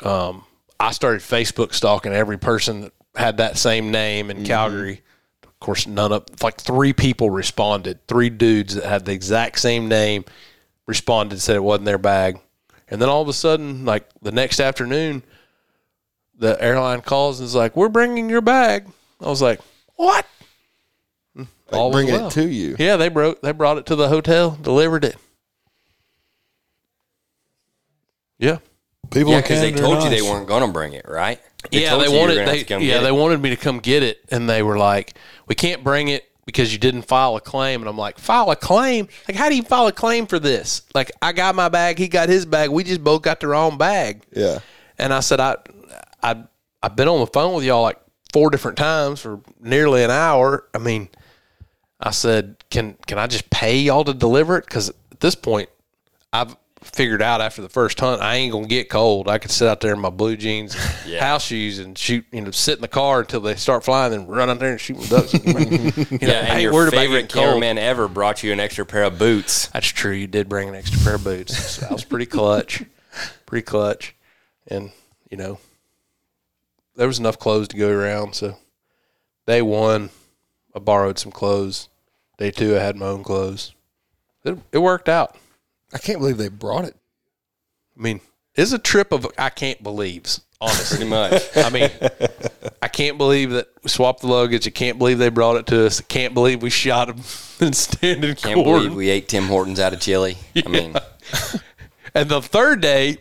Speaker 3: um, I started Facebook stalking every person that had that same name
Speaker 2: Mm-hmm.
Speaker 3: in Calgary. Of course, none of like three people responded. Three dudes that had the exact same name responded said it wasn't their bag. And then all of a sudden, like the next afternoon, the airline calls and is like, "We're bringing your bag." I was like, "What?" Hmm. All was
Speaker 2: bringing
Speaker 3: well.
Speaker 2: it to you.
Speaker 3: Yeah, they brought they brought it to the hotel, delivered it. Yeah,
Speaker 4: People
Speaker 5: Yeah,
Speaker 4: in
Speaker 5: because they
Speaker 4: Canada are
Speaker 5: told you they
Speaker 4: nice.
Speaker 5: weren't going to bring it, right?
Speaker 3: yeah,
Speaker 5: told
Speaker 3: they
Speaker 5: you you were
Speaker 3: wanted
Speaker 5: gonna have
Speaker 3: they
Speaker 5: to come
Speaker 3: yeah
Speaker 5: get
Speaker 3: they
Speaker 5: it.
Speaker 3: wanted me to come get it, and they were like, "We can't bring it because you didn't file a claim." And I'm like, "File a claim? Like, how do you file a claim for this? Like, I got my bag, he got his bag, we just both got the wrong bag."
Speaker 2: Yeah.
Speaker 3: And I said, I, I, I've been on the phone with y'all like four different times for nearly an hour. I mean, I said, can can I just pay y'all to deliver it? Because at this point, I've figured out after the first hunt, I ain't gonna get cold. I could sit out there in my blue
Speaker 5: [laughs]
Speaker 3: jeans, and house shoes, and shoot. You know, sit in the car until they start flying, then run out there and shoot some
Speaker 5: [laughs]
Speaker 3: ducks. you know,
Speaker 5: Yeah,
Speaker 3: I
Speaker 5: and
Speaker 3: ain't
Speaker 5: your
Speaker 3: worried about
Speaker 5: favorite
Speaker 3: getting cold.
Speaker 5: cameraman ever brought you an extra pair of boots.
Speaker 3: That's true. You did bring an extra pair of boots. So that was pretty clutch. pretty clutch. And, you know, there was enough clothes to go around. So day one, I borrowed some clothes. Day two, I had my own clothes. It, it worked out.
Speaker 2: I can't believe they brought it.
Speaker 3: I mean, it's a trip of I can't believes, honestly.
Speaker 5: [laughs] Pretty much.
Speaker 3: I mean, I can't believe that we swapped the luggage. I can't believe they brought it to us. I can't believe we shot him [laughs] in standing
Speaker 5: Can't
Speaker 3: corn.
Speaker 5: believe we ate Tim Hortons out of Chile. I mean,
Speaker 3: And the third day,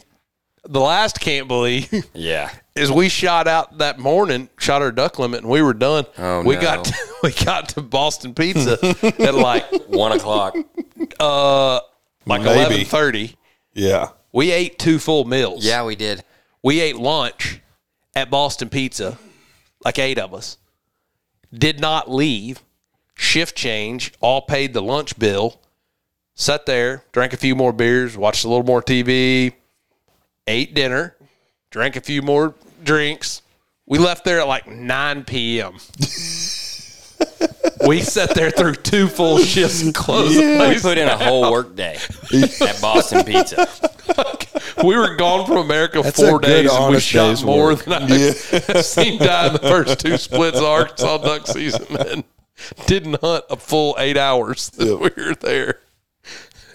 Speaker 3: the last can't believe
Speaker 5: Yeah.
Speaker 3: is we shot out that morning, shot our duck limit, and we were done.
Speaker 5: Oh,
Speaker 3: we
Speaker 5: no.
Speaker 3: got to, [laughs] we got to Boston Pizza at
Speaker 5: [laughs]
Speaker 3: like
Speaker 5: One o'clock.
Speaker 3: like
Speaker 4: Maybe.
Speaker 3: eleven thirty.
Speaker 4: Yeah.
Speaker 3: We ate two full meals.
Speaker 5: Yeah, we did.
Speaker 3: we ate lunch at Boston Pizza, like eight of us. Did not leave. Shift change. All paid the lunch bill. Sat there, drank a few more beers, watched a little more TV, ate dinner, drank a few more drinks. We left there at like 9 p.m. [laughs] we sat there through two full shifts and closed. the
Speaker 5: We
Speaker 3: place
Speaker 5: put in a whole work [laughs] day at Boston Pizza.
Speaker 3: we were gone from America
Speaker 2: a
Speaker 3: four
Speaker 2: good,
Speaker 3: days and we
Speaker 2: honest
Speaker 3: shot
Speaker 2: day's
Speaker 3: more
Speaker 2: work.
Speaker 3: than I have [laughs] seen die in the first two splits of Arkansas duck season and didn't hunt a full eight hours that we were there.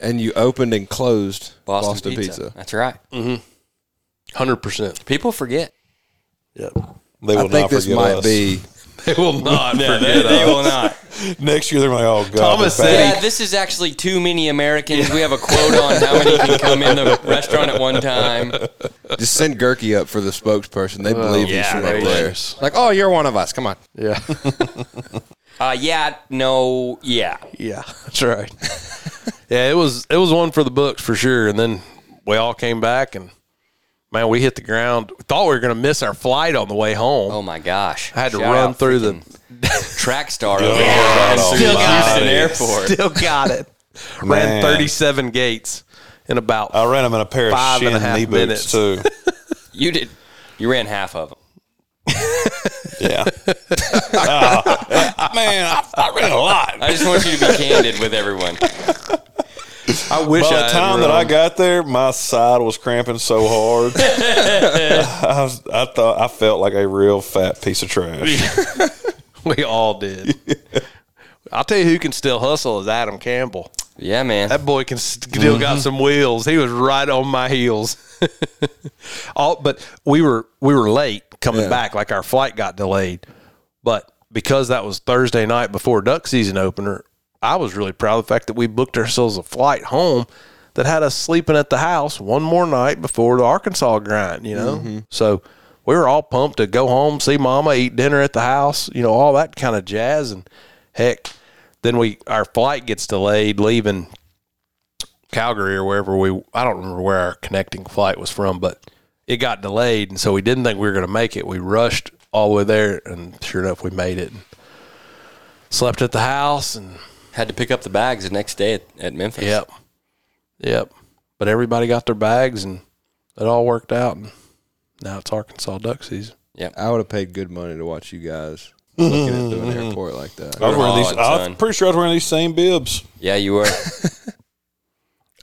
Speaker 2: And you opened and closed
Speaker 5: Boston,
Speaker 2: Boston,
Speaker 5: Pizza.
Speaker 2: Pizza.
Speaker 5: That's right.
Speaker 3: Hundred percent.
Speaker 5: People forget.
Speaker 4: Yep. They will
Speaker 2: I think
Speaker 4: not
Speaker 2: this
Speaker 4: forget
Speaker 2: might [laughs]
Speaker 4: us.
Speaker 2: be
Speaker 3: They will not forget.
Speaker 5: They, they will not.
Speaker 4: [laughs] next year. They're like, oh god,
Speaker 3: Thomas
Speaker 4: they're
Speaker 3: said-
Speaker 4: back.
Speaker 5: Yeah, this is actually too many Americans. We have a quota on how many
Speaker 3: [laughs]
Speaker 5: can come in the restaurant at one time.
Speaker 2: just send Gurky up for the spokesperson. They believe
Speaker 5: yeah,
Speaker 2: he's from
Speaker 5: there
Speaker 2: up
Speaker 5: he
Speaker 2: there. Like, oh, you're one of us. Come on.
Speaker 3: Yeah.
Speaker 5: Uh, yeah, no, yeah.
Speaker 3: Yeah. That's right. yeah, it was it was one for the books for sure. And then we all came back and man, we hit the ground. Thought we were gonna miss our flight on the way home.
Speaker 5: Oh my gosh.
Speaker 3: I had to
Speaker 5: Shout
Speaker 3: run
Speaker 5: out
Speaker 3: through the-
Speaker 5: freaking track star over yeah, through
Speaker 4: still got
Speaker 5: Houston
Speaker 4: it.
Speaker 3: [laughs]
Speaker 5: Airport.
Speaker 3: Still got it. Ran
Speaker 4: Man.
Speaker 3: thirty seven gates in about
Speaker 4: I ran them in a pair
Speaker 3: Five
Speaker 4: of
Speaker 3: and
Speaker 4: shin
Speaker 3: a half
Speaker 4: knee
Speaker 3: minutes.
Speaker 4: boots
Speaker 3: [laughs]
Speaker 4: too.
Speaker 5: You did. You ran half of them.
Speaker 3: [laughs]
Speaker 4: Yeah. Ah, man, I, I ran a lot.
Speaker 5: I just want you to be candid with everyone.
Speaker 3: I wish
Speaker 4: By
Speaker 3: I
Speaker 4: the
Speaker 3: had
Speaker 4: time that
Speaker 3: run.
Speaker 4: I got there, my side was cramping so
Speaker 3: [laughs]
Speaker 4: hard. I, was, I thought I felt like a real fat piece
Speaker 3: [laughs]
Speaker 4: of trash.
Speaker 3: we all did. I'll tell you who can still hustle is Adam Campbell.
Speaker 5: Yeah, man.
Speaker 3: That boy can still got some wheels. He was right on my heels. [laughs] all, but we were we were late coming back. Like our flight got delayed, but because that was Thursday night before duck season opener, I was really proud of the fact that we booked ourselves a flight home that had us sleeping at the house one more night before the Arkansas grind. You know, so we were all pumped to go home, see Mama, eat dinner at the house. You know, all that kind of jazz and heck. Then we our flight gets delayed, leaving Calgary or wherever we I don't remember where our connecting flight was from, but it got delayed and so we didn't think we were going to make it. We rushed all the way there and sure enough we made it. Slept at the house and
Speaker 5: Had to pick up the bags the next day at, at Memphis.
Speaker 3: yep. Yep. But everybody got their bags and it all worked out and now it's Arkansas duck season.
Speaker 2: I would have paid good money to watch you guys looking into [laughs] an airport like that.
Speaker 4: I was wearing these.
Speaker 5: We're all
Speaker 4: I'm
Speaker 5: done.
Speaker 4: pretty sure I was wearing these same bibs.
Speaker 5: Yeah, you were.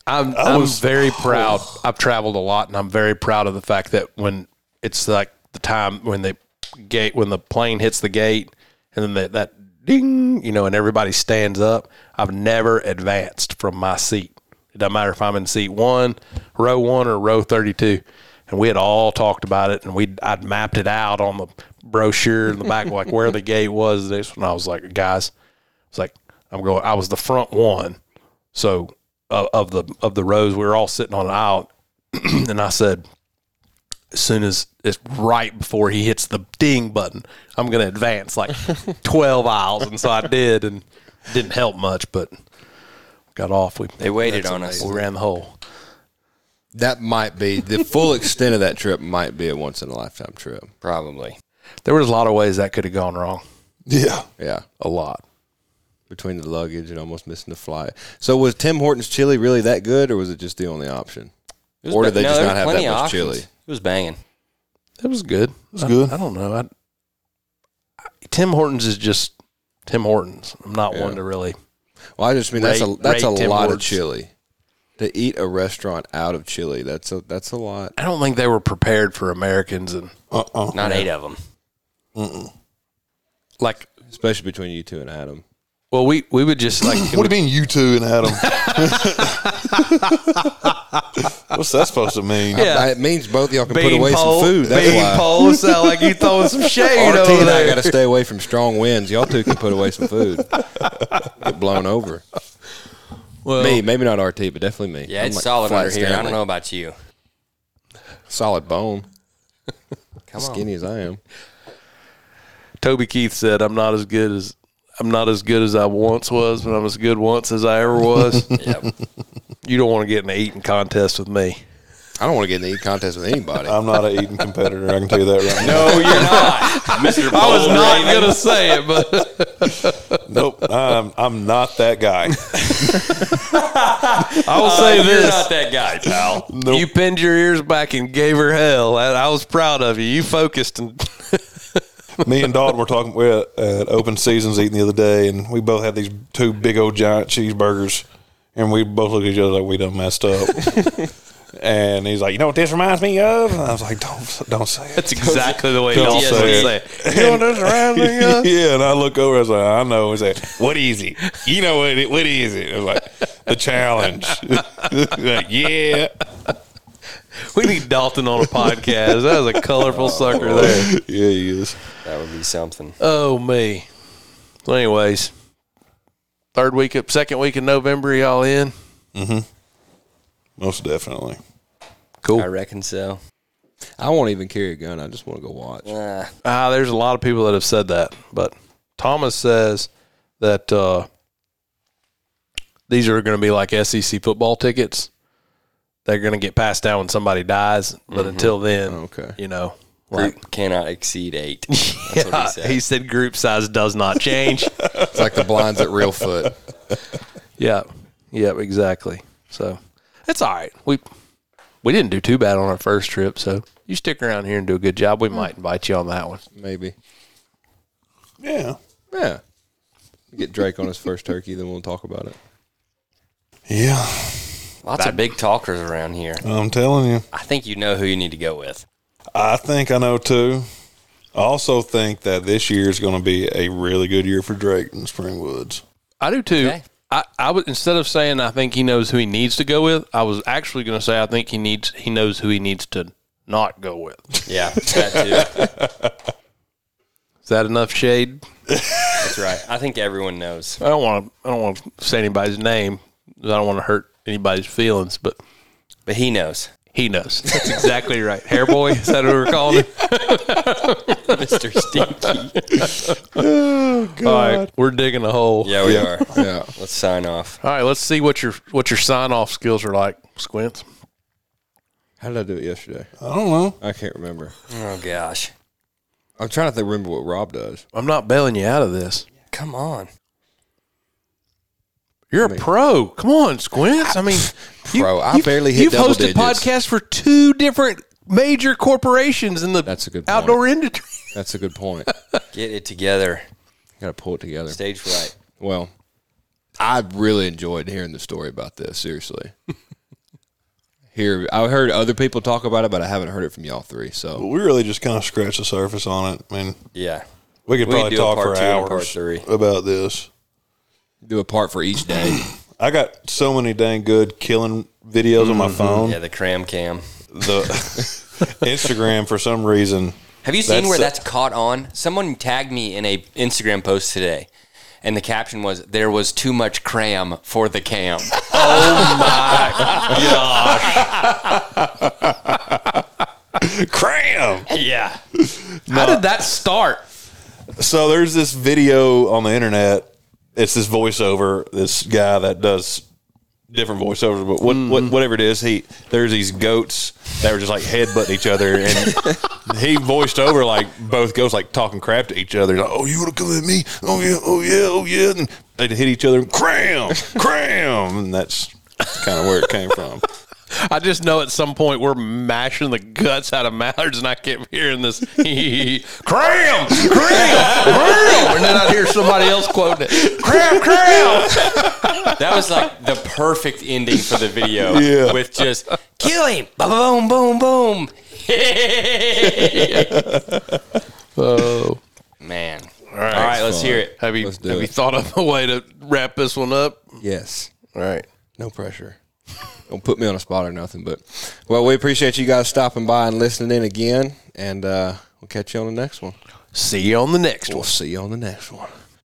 Speaker 3: I'm, I'm very proud. I've traveled a lot, and I'm very proud of the fact that when it's like the time when the gate when the plane hits the gate, and then that, that ding, you know, and everybody stands up. I've never advanced from my seat. It doesn't matter if I'm in seat one, row one, or row thirty-two. And we had all talked about it, and we I'd mapped it out on the brochure in the back, like where the gate was. This one, I was like, guys, it's like I'm going. I was the front one, so of, of the of the rows. We were all sitting on an aisle, [clears throat] and I said, as soon as it's right before he hits the ding button, I'm going to advance like twelve aisles, and so I did, and didn't help much, but got off. We
Speaker 5: They waited on us.
Speaker 3: we ran the hole.
Speaker 2: That might be the full extent of that trip. Might be a once in a lifetime trip.
Speaker 5: Probably.
Speaker 3: There was a lot of ways that could have gone wrong.
Speaker 4: Yeah.
Speaker 2: Yeah,
Speaker 3: A lot.
Speaker 2: between the luggage and almost missing the flight. So was Tim Hortons chili really that good, or was it just the only option?
Speaker 5: It was
Speaker 2: Or did
Speaker 5: ba-
Speaker 2: they just not
Speaker 5: there were
Speaker 2: have that
Speaker 5: plenty of
Speaker 2: much
Speaker 5: options.
Speaker 2: chili?
Speaker 5: It was banging.
Speaker 3: It was good. It was
Speaker 4: good.
Speaker 3: I, don't know. I, I- Tim Hortons is just Tim Hortons. I'm not one to really.
Speaker 2: Well, I just mean that's a
Speaker 3: Rate-
Speaker 2: that's a
Speaker 3: rate Tim
Speaker 2: lot of
Speaker 3: Hortons.
Speaker 2: chili. To eat a restaurant out of chili, that's a that's a lot.
Speaker 3: I don't think they were prepared for Americans and
Speaker 4: Uh-uh.
Speaker 5: Not eight of them.
Speaker 3: like.
Speaker 2: Especially between you two and Adam.
Speaker 3: Well, we we would just
Speaker 2: [coughs]
Speaker 3: like
Speaker 4: What do you mean, you two and Adam? [laughs] What's that supposed to mean?
Speaker 3: Yeah.
Speaker 2: Uh, It means both y'all can put
Speaker 3: Bean
Speaker 2: away
Speaker 3: pole-
Speaker 2: some food. That's
Speaker 3: bean
Speaker 2: why.
Speaker 3: pole sound like you throwing
Speaker 2: [laughs]
Speaker 3: some shade
Speaker 2: RT
Speaker 3: over
Speaker 2: and I
Speaker 3: there.
Speaker 2: got to stay away from strong winds. Y'all two can put away some
Speaker 5: [laughs]
Speaker 2: food. Get blown over.
Speaker 3: Well,
Speaker 2: me, maybe not RT, but definitely me.
Speaker 5: Yeah,
Speaker 2: I'm
Speaker 5: it's
Speaker 2: like
Speaker 5: solid
Speaker 2: flat
Speaker 5: under here. I
Speaker 2: Stanley.
Speaker 5: don't know about you.
Speaker 2: Solid bone. [laughs]
Speaker 5: Come
Speaker 2: Skinny as I am.
Speaker 3: Toby Keith said, "I'm not as good as I'm not as good as I once was, but I'm as good once as I ever [laughs] was." You don't want to get in an eating contest with me.
Speaker 2: I don't want to get in any contest with anybody.
Speaker 4: I'm not an eating competitor. I can tell you that right now.
Speaker 5: on. No, you're not, Mister.
Speaker 3: I was not gonna say it, but
Speaker 4: Nope, I'm, I'm not that [laughs] guy.
Speaker 3: [laughs] I will say
Speaker 5: You're
Speaker 3: this:
Speaker 5: not that guy,
Speaker 3: [laughs]
Speaker 5: pal.
Speaker 3: you pinned your ears back and gave her hell. and I was proud of you. You focused and
Speaker 4: [laughs]
Speaker 3: [laughs]
Speaker 4: Me and Dalton were talking we were at open seasons eating the other day, and we both had these two big old giant cheeseburgers, and we both looked at each other like we done messed [laughs] up. and he's like, "You know what this reminds me of?" And I was like, "Don't don't say it."
Speaker 3: that's exactly the way
Speaker 4: [laughs] Don't
Speaker 3: Dawson
Speaker 4: say
Speaker 3: would
Speaker 4: it.
Speaker 3: say. it.
Speaker 4: You know what this reminds [laughs] me of? yeah, and I look over. I was like, "I know." He's like, "What is it? You know what? It, what is it?" I was like, "The challenge." [laughs] like, [laughs] yeah,
Speaker 3: We need Dalton on a podcast. That was a colorful sucker there.
Speaker 4: yeah, he is.
Speaker 5: That would be something.
Speaker 3: Oh me. So anyways, third week of second week of November, y'all in?
Speaker 4: Most definitely.
Speaker 5: I reckon so.
Speaker 2: I won't even carry a gun. I just want to go watch.
Speaker 5: Uh,
Speaker 3: Ah, there's a lot of people that have said that, but Thomas says that uh, these are going to be like SEC football tickets. They're going to get passed down when somebody dies, but until then,
Speaker 2: Okay.
Speaker 3: you know, like
Speaker 5: group cannot exceed [laughs] eight. That's what he said.
Speaker 3: he said, group size does not change.
Speaker 2: [laughs] It's like the blinds at Real Foot.
Speaker 3: yeah, yeah, exactly. So it's all right. We we didn't do too bad on our first trip, so you stick around here and do a good job. We might invite you on that one.
Speaker 2: Maybe.
Speaker 4: Yeah.
Speaker 2: Yeah. Get Drake on his first turkey, then we'll talk about it.
Speaker 4: Yeah,
Speaker 5: Lots of big talkers around here.
Speaker 4: I'm telling you.
Speaker 5: I think you know who you need to go with.
Speaker 4: I think I know too. I also think that this year is going to be a really good year for Drake in Springwoods.
Speaker 3: I do too.
Speaker 5: Okay.
Speaker 3: I, I would instead of saying I think he knows who he needs to go with, I was actually going to say I think he needs he knows who he needs to not go with.
Speaker 5: [laughs] Yeah, that too.
Speaker 3: Is that enough shade?
Speaker 5: That's right. I think everyone knows.
Speaker 3: I don't want to I don't want to say anybody's name. 'cause I don't want to hurt anybody's feelings, but
Speaker 5: But he [laughs] knows.
Speaker 3: he knows. That's exactly right. Hairboy, is that what we're calling him?
Speaker 5: Mr. Stinky.
Speaker 3: All right, we're digging a hole.
Speaker 5: [laughs] Yeah, we are.
Speaker 2: Yeah.
Speaker 5: Let's sign off.
Speaker 3: All right, let's see what your what your sign off skills are like, Squints.
Speaker 2: How did I do it yesterday?
Speaker 4: I don't know.
Speaker 2: I can't remember.
Speaker 5: Oh, gosh.
Speaker 2: I'm trying to think- remember what Rob does.
Speaker 3: I'm not bailing you out of this.
Speaker 5: Come on.
Speaker 3: You're a pro. Come on, Squints. I mean, you-
Speaker 2: [laughs] Pro. I
Speaker 3: you've-
Speaker 2: barely hit
Speaker 3: You've
Speaker 2: double
Speaker 3: hosted
Speaker 2: digits.
Speaker 3: podcasts for two different major corporations in the
Speaker 2: That's a good point.
Speaker 3: outdoor industry.
Speaker 2: That's a good point.
Speaker 5: Get it together.
Speaker 2: Got to pull it together.
Speaker 5: Stage right.
Speaker 2: Well, I really enjoyed hearing the story about this. Seriously, here I heard other people talk about it, but I haven't heard it from y'all three. So
Speaker 4: We really just kind of scratched the surface on it. I mean,
Speaker 5: Yeah.
Speaker 4: we could
Speaker 5: We could
Speaker 4: probably
Speaker 5: do a
Speaker 4: talk
Speaker 5: part
Speaker 4: for
Speaker 5: two and
Speaker 4: hours
Speaker 5: a part three.
Speaker 4: about this.
Speaker 2: do a part for each day.
Speaker 4: I got so many dang good killing videos on
Speaker 5: Mm-hmm.
Speaker 4: my phone.
Speaker 5: Yeah, the cram cam. [laughs]
Speaker 4: The Instagram, for some reason,
Speaker 5: Have you seen
Speaker 4: That's
Speaker 5: where
Speaker 4: a-
Speaker 5: that's caught on? Someone tagged me in a Instagram post today, and the caption was, "There was too much cram for the cam."
Speaker 4: cram.
Speaker 5: yeah,
Speaker 3: How did that start?
Speaker 4: So there's this video on the internet. It's this voiceover, this guy that does different voiceovers, but what, what whatever it is, he there's these goats that were just like headbutting each other, and he voiced over like both goats like talking crap to each other. Like, oh, you want to come at me? Oh yeah, oh yeah, oh yeah. And they'd hit each other, cram, cram, and that's kind of where it came from.
Speaker 3: I just know at some point we're mashing the guts out of mallards, and I kept hearing this [laughs] cram, cram, cram, and then I'd hear somebody else quoting it.
Speaker 4: Cram, cram.
Speaker 5: that was like the perfect ending for the video.
Speaker 4: Yeah.
Speaker 5: with just kill him, boom, boom, boom. [laughs]
Speaker 3: Oh,
Speaker 5: Man. All right, All right let's hear it.
Speaker 3: have you
Speaker 2: Let's
Speaker 3: have
Speaker 2: do
Speaker 3: you
Speaker 2: it.
Speaker 3: thought of a way to wrap this one up?
Speaker 2: yes,
Speaker 3: All right.
Speaker 2: no pressure. [laughs] Don't put me on a spot or nothing. But well, we appreciate you guys stopping by and listening in again, and uh, we'll catch you on the next one.
Speaker 3: See you on the next one.
Speaker 2: We'll see you on the next one.